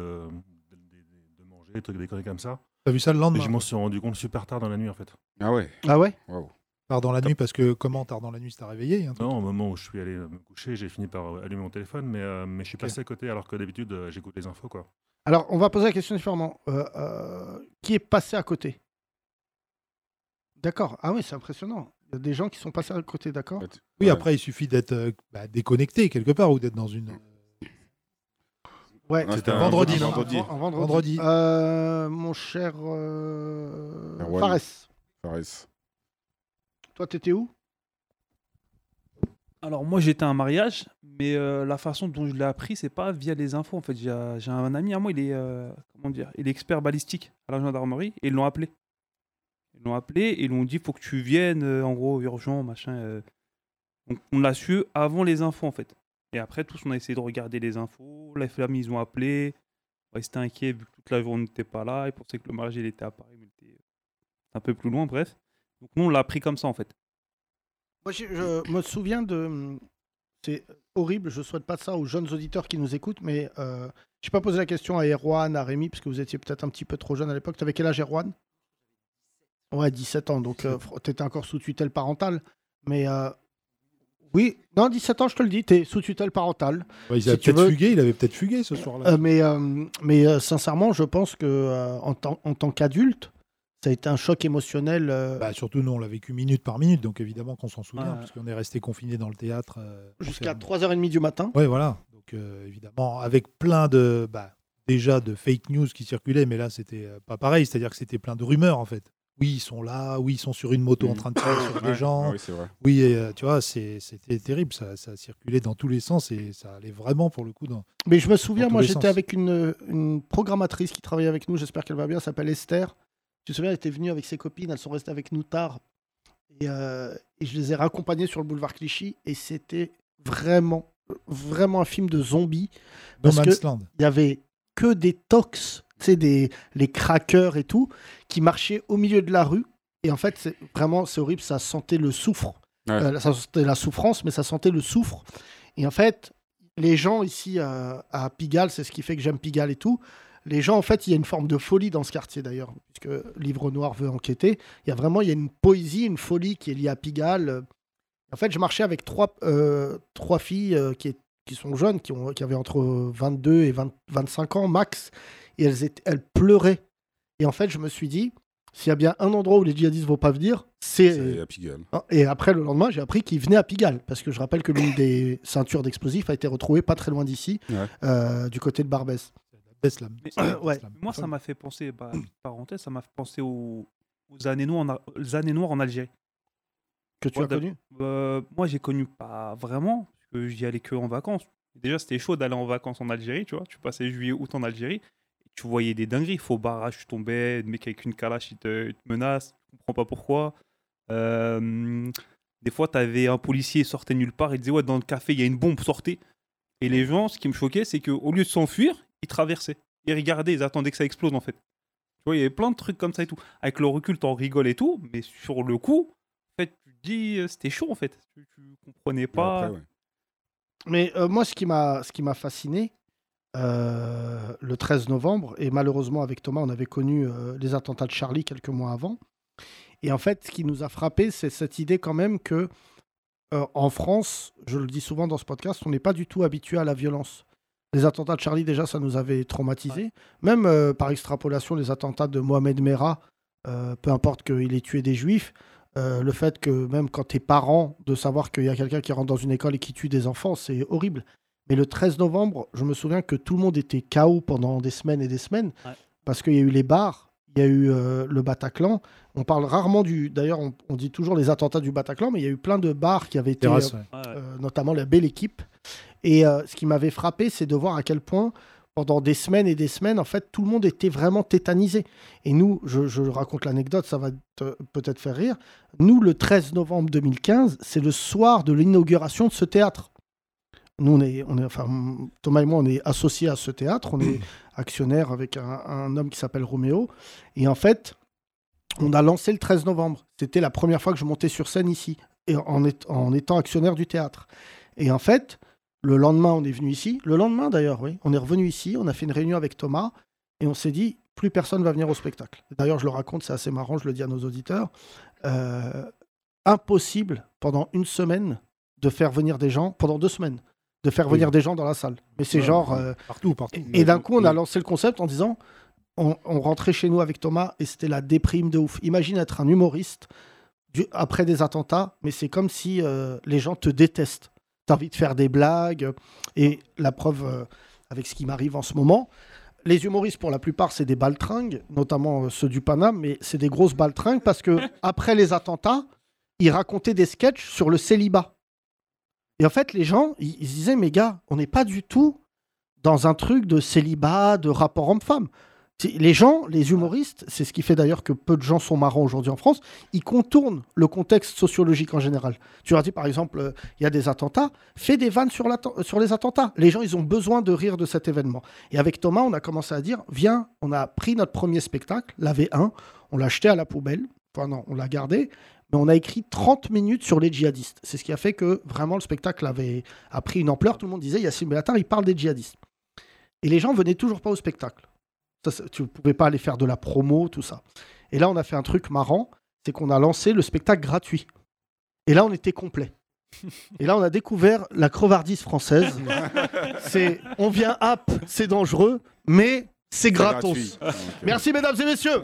P: de- de manger, des trucs, des conneries comme ça.
D: T'as vu ça le lendemain
P: Et je m'en suis rendu compte super tard dans la nuit, en fait.
E: Ah ouais
C: Ah ouais
D: Tard dans la nuit, parce que comment tard dans la nuit, c'est t'as réveillé hein, toi
P: Non, au moment où je suis allé euh, me coucher, j'ai fini par euh, allumer mon téléphone. Mais, euh, mais je suis passé à côté, alors que d'habitude, euh, j'écoute les infos, quoi.
C: Alors, on va poser la question différemment. Euh, euh, qui est passé à côté D'accord. Ah oui, c'est impressionnant. Il y a des gens qui sont passés à côté, d'accord
E: Bah,
D: Oui, après, il suffit d'être euh, bah, déconnecté quelque part ou d'être dans une.
C: Ouais,
D: Ah, C'était un vendredi, non
C: Un ven- un vendredi.
D: Vendredi.
C: Euh, mon cher euh,
E: Erwan.
C: Fares,
E: Fares.
C: toi, t'étais où
K: Alors moi j'étais à un mariage, mais euh, la façon dont je l'ai appris, c'est pas via les infos. En fait, j'ai euh, j'ai un ami à moi, il est euh, comment dire, il est expert balistique à la gendarmerie, et ils l'ont appelé. Ils l'ont appelé et ils l'ont dit faut que tu viennes, euh, en gros urgent, machin. euh. Donc on l'a su avant les infos en fait. Et après tous on a essayé de regarder les infos, la famille ils ont appelé, Ouais, ils étaient inquiets vu que toute la journée on n'était pas là, ils pensaient que le mariage il était à Paris, mais il était un peu plus loin, bref. Donc nous on l'a appris comme ça en fait.
C: Moi, je, je me souviens de. C'est horrible, je souhaite pas ça aux jeunes auditeurs qui nous écoutent, mais euh, je n'ai pas posé la question à Erwan, à Rémi, parce que vous étiez peut-être un petit peu trop jeune à l'époque. Tu avais quel âge, Erwan Ouais, 17 ans, donc tu étais encore sous tutelle parentale. Mais euh, oui, non, 17 ans, je te le dis, tu es sous tutelle parentale.
D: Ouais, il
C: Si
D: avait
C: tu
D: peut-être
C: veux-
D: fugué, il avait peut-être fugué ce soir-là.
C: Euh, mais euh, mais euh, sincèrement, je pense que euh, en, tant- en tant qu'adulte, ça a été un choc émotionnel. euh,
D: Bah, surtout nous, on l'a vécu minute par minute, donc évidemment qu'on s'en souvient,
C: Ouais.
D: parce qu'on est resté confiné dans le théâtre. euh,
C: Jusqu'à 3h30 du matin.
D: Ouais, voilà. Hein Donc, euh, évidemment, avec plein de. bah, déjà de fake news qui circulaient, mais là, c'était euh, pas pareil. C'est-à-dire que c'était plein de rumeurs, en fait. Oui, ils sont là. Oui, ils sont sur une moto en train de tirer sur
E: Mm. Ouais,
D: des gens.
E: ah oui, c'est vrai.
D: Oui, et, euh, tu vois, c'est- c'était terrible. Ça, ça circulait dans tous les sens et ça allait vraiment, pour le coup, dans.
C: Mais je me souviens,
D: dans tous
C: moi,
D: les
C: j'étais
D: sens.
C: avec une, une programmatrice qui travaillait avec nous, j'espère qu'elle va bien, elle s'appelle Esther. Tu te souviens, elle était venue avec ses copines, elles sont restées avec nous tard. Et, euh, et je les ai raccompagnées sur le boulevard Clichy, et c'était vraiment, vraiment un film de zombies.
D: No
C: parce
D: Man's
C: que
D: Land.
C: Il y avait que des tox, tu sais, des, les craqueurs et tout, qui marchaient au milieu de la rue. Et en fait, c'est vraiment, c'est horrible, ça sentait le soufre.
E: Ouais.
C: Euh, ça sentait la souffrance, mais ça sentait le soufre. Et en fait, les gens ici euh, à Pigalle, c'est ce qui fait que j'aime Pigalle et tout. Les gens, en fait, il y a une forme de folie dans ce quartier d'ailleurs, puisque Livre Noir veut enquêter. Il y a vraiment, il y a une poésie, une folie qui est liée à Pigalle. En fait, je marchais avec trois, euh, trois filles euh, qui, qui sont jeunes, qui, ont, qui avaient entre 22 et 20 25 ans max, et elles, étaient, elles pleuraient. Et en fait, je me suis dit, s'il y a bien un endroit où les djihadistes vont pas venir, c'est
E: C'est à Pigalle.
C: ah, Et après, le lendemain, j'ai appris qu'il venait à Pigalle, parce que je rappelle que l'une des ceintures d'explosifs a été retrouvée pas très loin d'ici,
E: Ouais.
C: euh, du côté de Barbès.
K: Mais- euh,
C: Ouais.
K: Moi, ça m'a fait penser, bah, parenthèse, ça m'a fait penser aux, aux années noires en, Al- aux années noires en Algérie.
C: Que tu
K: Moi,
C: as
K: d'ab-
C: connu
K: Euh, Moi, j'ai connu pas vraiment, parce que j'y allais que en vacances. Déjà, c'était chaud d'aller en vacances en Algérie, tu vois. Tu passais juillet, août en Algérie, et tu voyais des dingueries. Faux barrage, tu tombais, des mecs avec une calache, ils te, ils te menacent, tu comprends pas pourquoi. Euh, des fois, t'avais un policier, il sortait nulle part, il disait, ouais, dans le café, il y a une bombe, sortez. Et les gens, ce qui me choquait, c'est qu'au lieu de s'enfuir, ils traversaient. Ils regardaient, ils attendaient que ça explose, en fait. Tu vois, il y avait plein de trucs comme ça et tout. Avec le recul, t'en rigoles et tout, mais sur le coup, en fait, tu te dis, euh, c'était chaud, en fait. Tu, tu comprenais pas.
C: Mais euh, moi, ce qui m'a, ce qui m'a fasciné euh, le 13 novembre, et malheureusement avec Thomas, on avait connu euh, les attentats de Charlie quelques mois avant. Et en fait, ce qui nous a frappé, c'est cette idée quand même que euh, en France, je le dis souvent dans ce podcast, on n'est pas du tout habitué à la violence. Les attentats de Charlie, déjà, ça nous avait traumatisés. Même euh, par extrapolation, les attentats de Mohamed Merah, euh, peu importe qu'il ait tué des juifs, euh, le fait que même quand t'es parent, de savoir qu'il y a quelqu'un qui rentre dans une école et qui tue des enfants, c'est horrible. Mais le 13 novembre, je me souviens que tout le monde était KO pendant des semaines et des semaines, parce qu'il y a eu les bars, il y a eu euh, le Bataclan. On parle rarement du. D'ailleurs, on, on dit toujours les attentats du Bataclan, mais il y a eu plein de bars qui avaient été.
D: Terrasse,
C: euh,
D: ouais.
C: euh, notamment la belle équipe. Et euh, ce qui m'avait frappé, c'est de voir à quel point, pendant des semaines et des semaines, en fait, tout le monde était vraiment tétanisé. Et nous, je, je raconte l'anecdote, ça va te- peut-être faire rire. Nous, le 13 novembre 2015, c'est le soir de l'inauguration de ce théâtre. Nous, on est, on est, enfin, Thomas et moi, on est associés à ce théâtre. On est actionnaire avec un, un homme qui s'appelle Roméo. Et en fait, on a lancé le 13 novembre. C'était la première fois que je montais sur scène ici, et en, est- en étant actionnaire du théâtre. Et en fait, le lendemain, on est venu ici. Le lendemain, d'ailleurs, oui. On est revenu ici, on a fait une réunion avec Thomas, et on s'est dit, plus personne va venir au spectacle. D'ailleurs, je le raconte, c'est assez marrant, je le dis à nos auditeurs. Euh, impossible, pendant une semaine, de faire venir des gens, pendant deux semaines, de faire venir des gens dans la salle. Mais c'est
D: Ouais,
C: genre... euh,
D: partout, partout.
C: et- Et d'un coup, on a lancé le concept en disant on, on rentrait chez nous avec Thomas et c'était la déprime de ouf. Imagine être un humoriste du- après des attentats, mais c'est comme si euh, les gens te détestent. T'as envie de faire des blagues. Et la preuve, euh, avec ce qui m'arrive en ce moment, les humoristes, pour la plupart, c'est des baltringues, notamment euh, ceux du Paname, mais c'est des grosses baltringues parce que après les attentats, ils racontaient des sketchs sur le célibat. Et en fait, les gens, ils ils se disaient, mais gars, on n'est pas du tout dans un truc de célibat, de rapport homme-femme. C'est- Les gens, les humoristes, c'est ce qui fait d'ailleurs que peu de gens sont marrants aujourd'hui en France, ils contournent le contexte sociologique en général. Tu leur dis par exemple, euh, il y a des attentats, fais des vannes sur, l'atten- euh, sur les attentats. Les gens, ils ont besoin de rire de cet événement. Et avec Thomas, on a commencé à dire, viens, on a pris notre premier spectacle, la V1, on l'a jeté à la poubelle, enfin non, on l'a gardé, mais on a écrit 30 minutes sur les djihadistes. C'est ce qui a fait que vraiment le spectacle avait, a pris une ampleur, tout le monde disait, Yassine Bellatar, il parle des djihadistes. Et les gens venaient toujours pas au spectacle. Ça, ça, tu ne pouvais pas aller faire de la promo, tout ça. Et là, on a fait un truc marrant, c'est qu'on a lancé le spectacle gratuit. Et là, on était complet. Et là, on a découvert la crevardise française. c'est on vient hop, c'est dangereux, mais c'est
N: C'est
C: gratos.
N: gratuit.
E: Ah,
N: Ok.
C: Merci, mesdames et messieurs.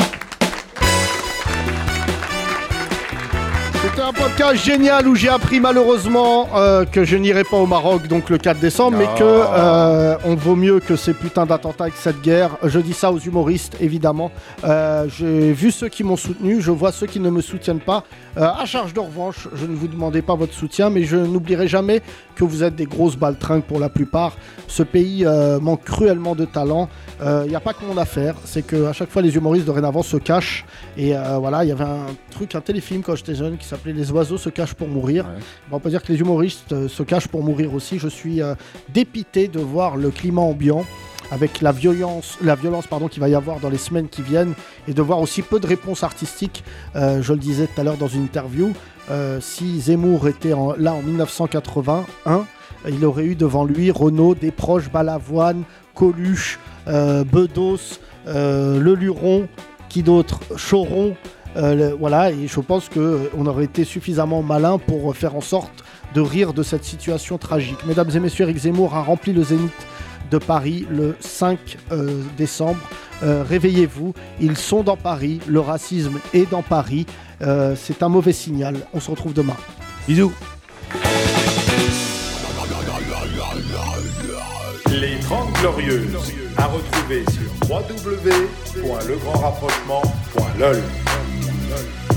C: C'était un podcast génial où j'ai appris malheureusement euh, que je n'irai pas au Maroc donc le 4 décembre, mais que euh, on vaut mieux que ces putains d'attentats avec cette guerre. Je dis ça aux humoristes évidemment. Euh, j'ai vu ceux qui m'ont soutenu, je vois ceux qui ne me soutiennent pas. Euh, à charge de revanche, je ne vous demandais pas votre soutien, mais je n'oublierai jamais que vous êtes des grosses baltringues pour la plupart. Ce pays euh, manque cruellement de talent. Il n'y a pas que mon affaire, c'est que à chaque fois les humoristes dorénavant se cachent. Et euh, voilà, il y avait un truc, un téléfilm quand j'étais jeune qui s'appelait Les oiseaux se cachent pour mourir. Bon, on peut dire que les humoristes euh, se cachent pour mourir aussi. Je suis euh, dépité de voir le climat ambiant avec la violence, la violence pardon, qu'il va y avoir dans les semaines qui viennent et de voir aussi peu de réponses artistiques. Euh, je le disais tout à l'heure dans une interview, euh, si Zemmour était en- là en 1981, il aurait eu devant lui Renaud, Desproges, Balavoine, Coluche, euh, Bedos, euh, Le Luron, qui d'autre Choron. euh, le- voilà, et je pense qu'on aurait été suffisamment malin pour euh, faire en sorte de rire de cette situation tragique. Mesdames et messieurs, Eric Zemmour a rempli le zénith de Paris le 5 euh, décembre. Euh, Réveillez-vous, ils sont dans Paris, le racisme est dans Paris. Euh, C'est un mauvais signal. On se retrouve demain. Bisous.
Q: Les 30 Glorieuses, à retrouver sur www.legrandrapprochement.lol.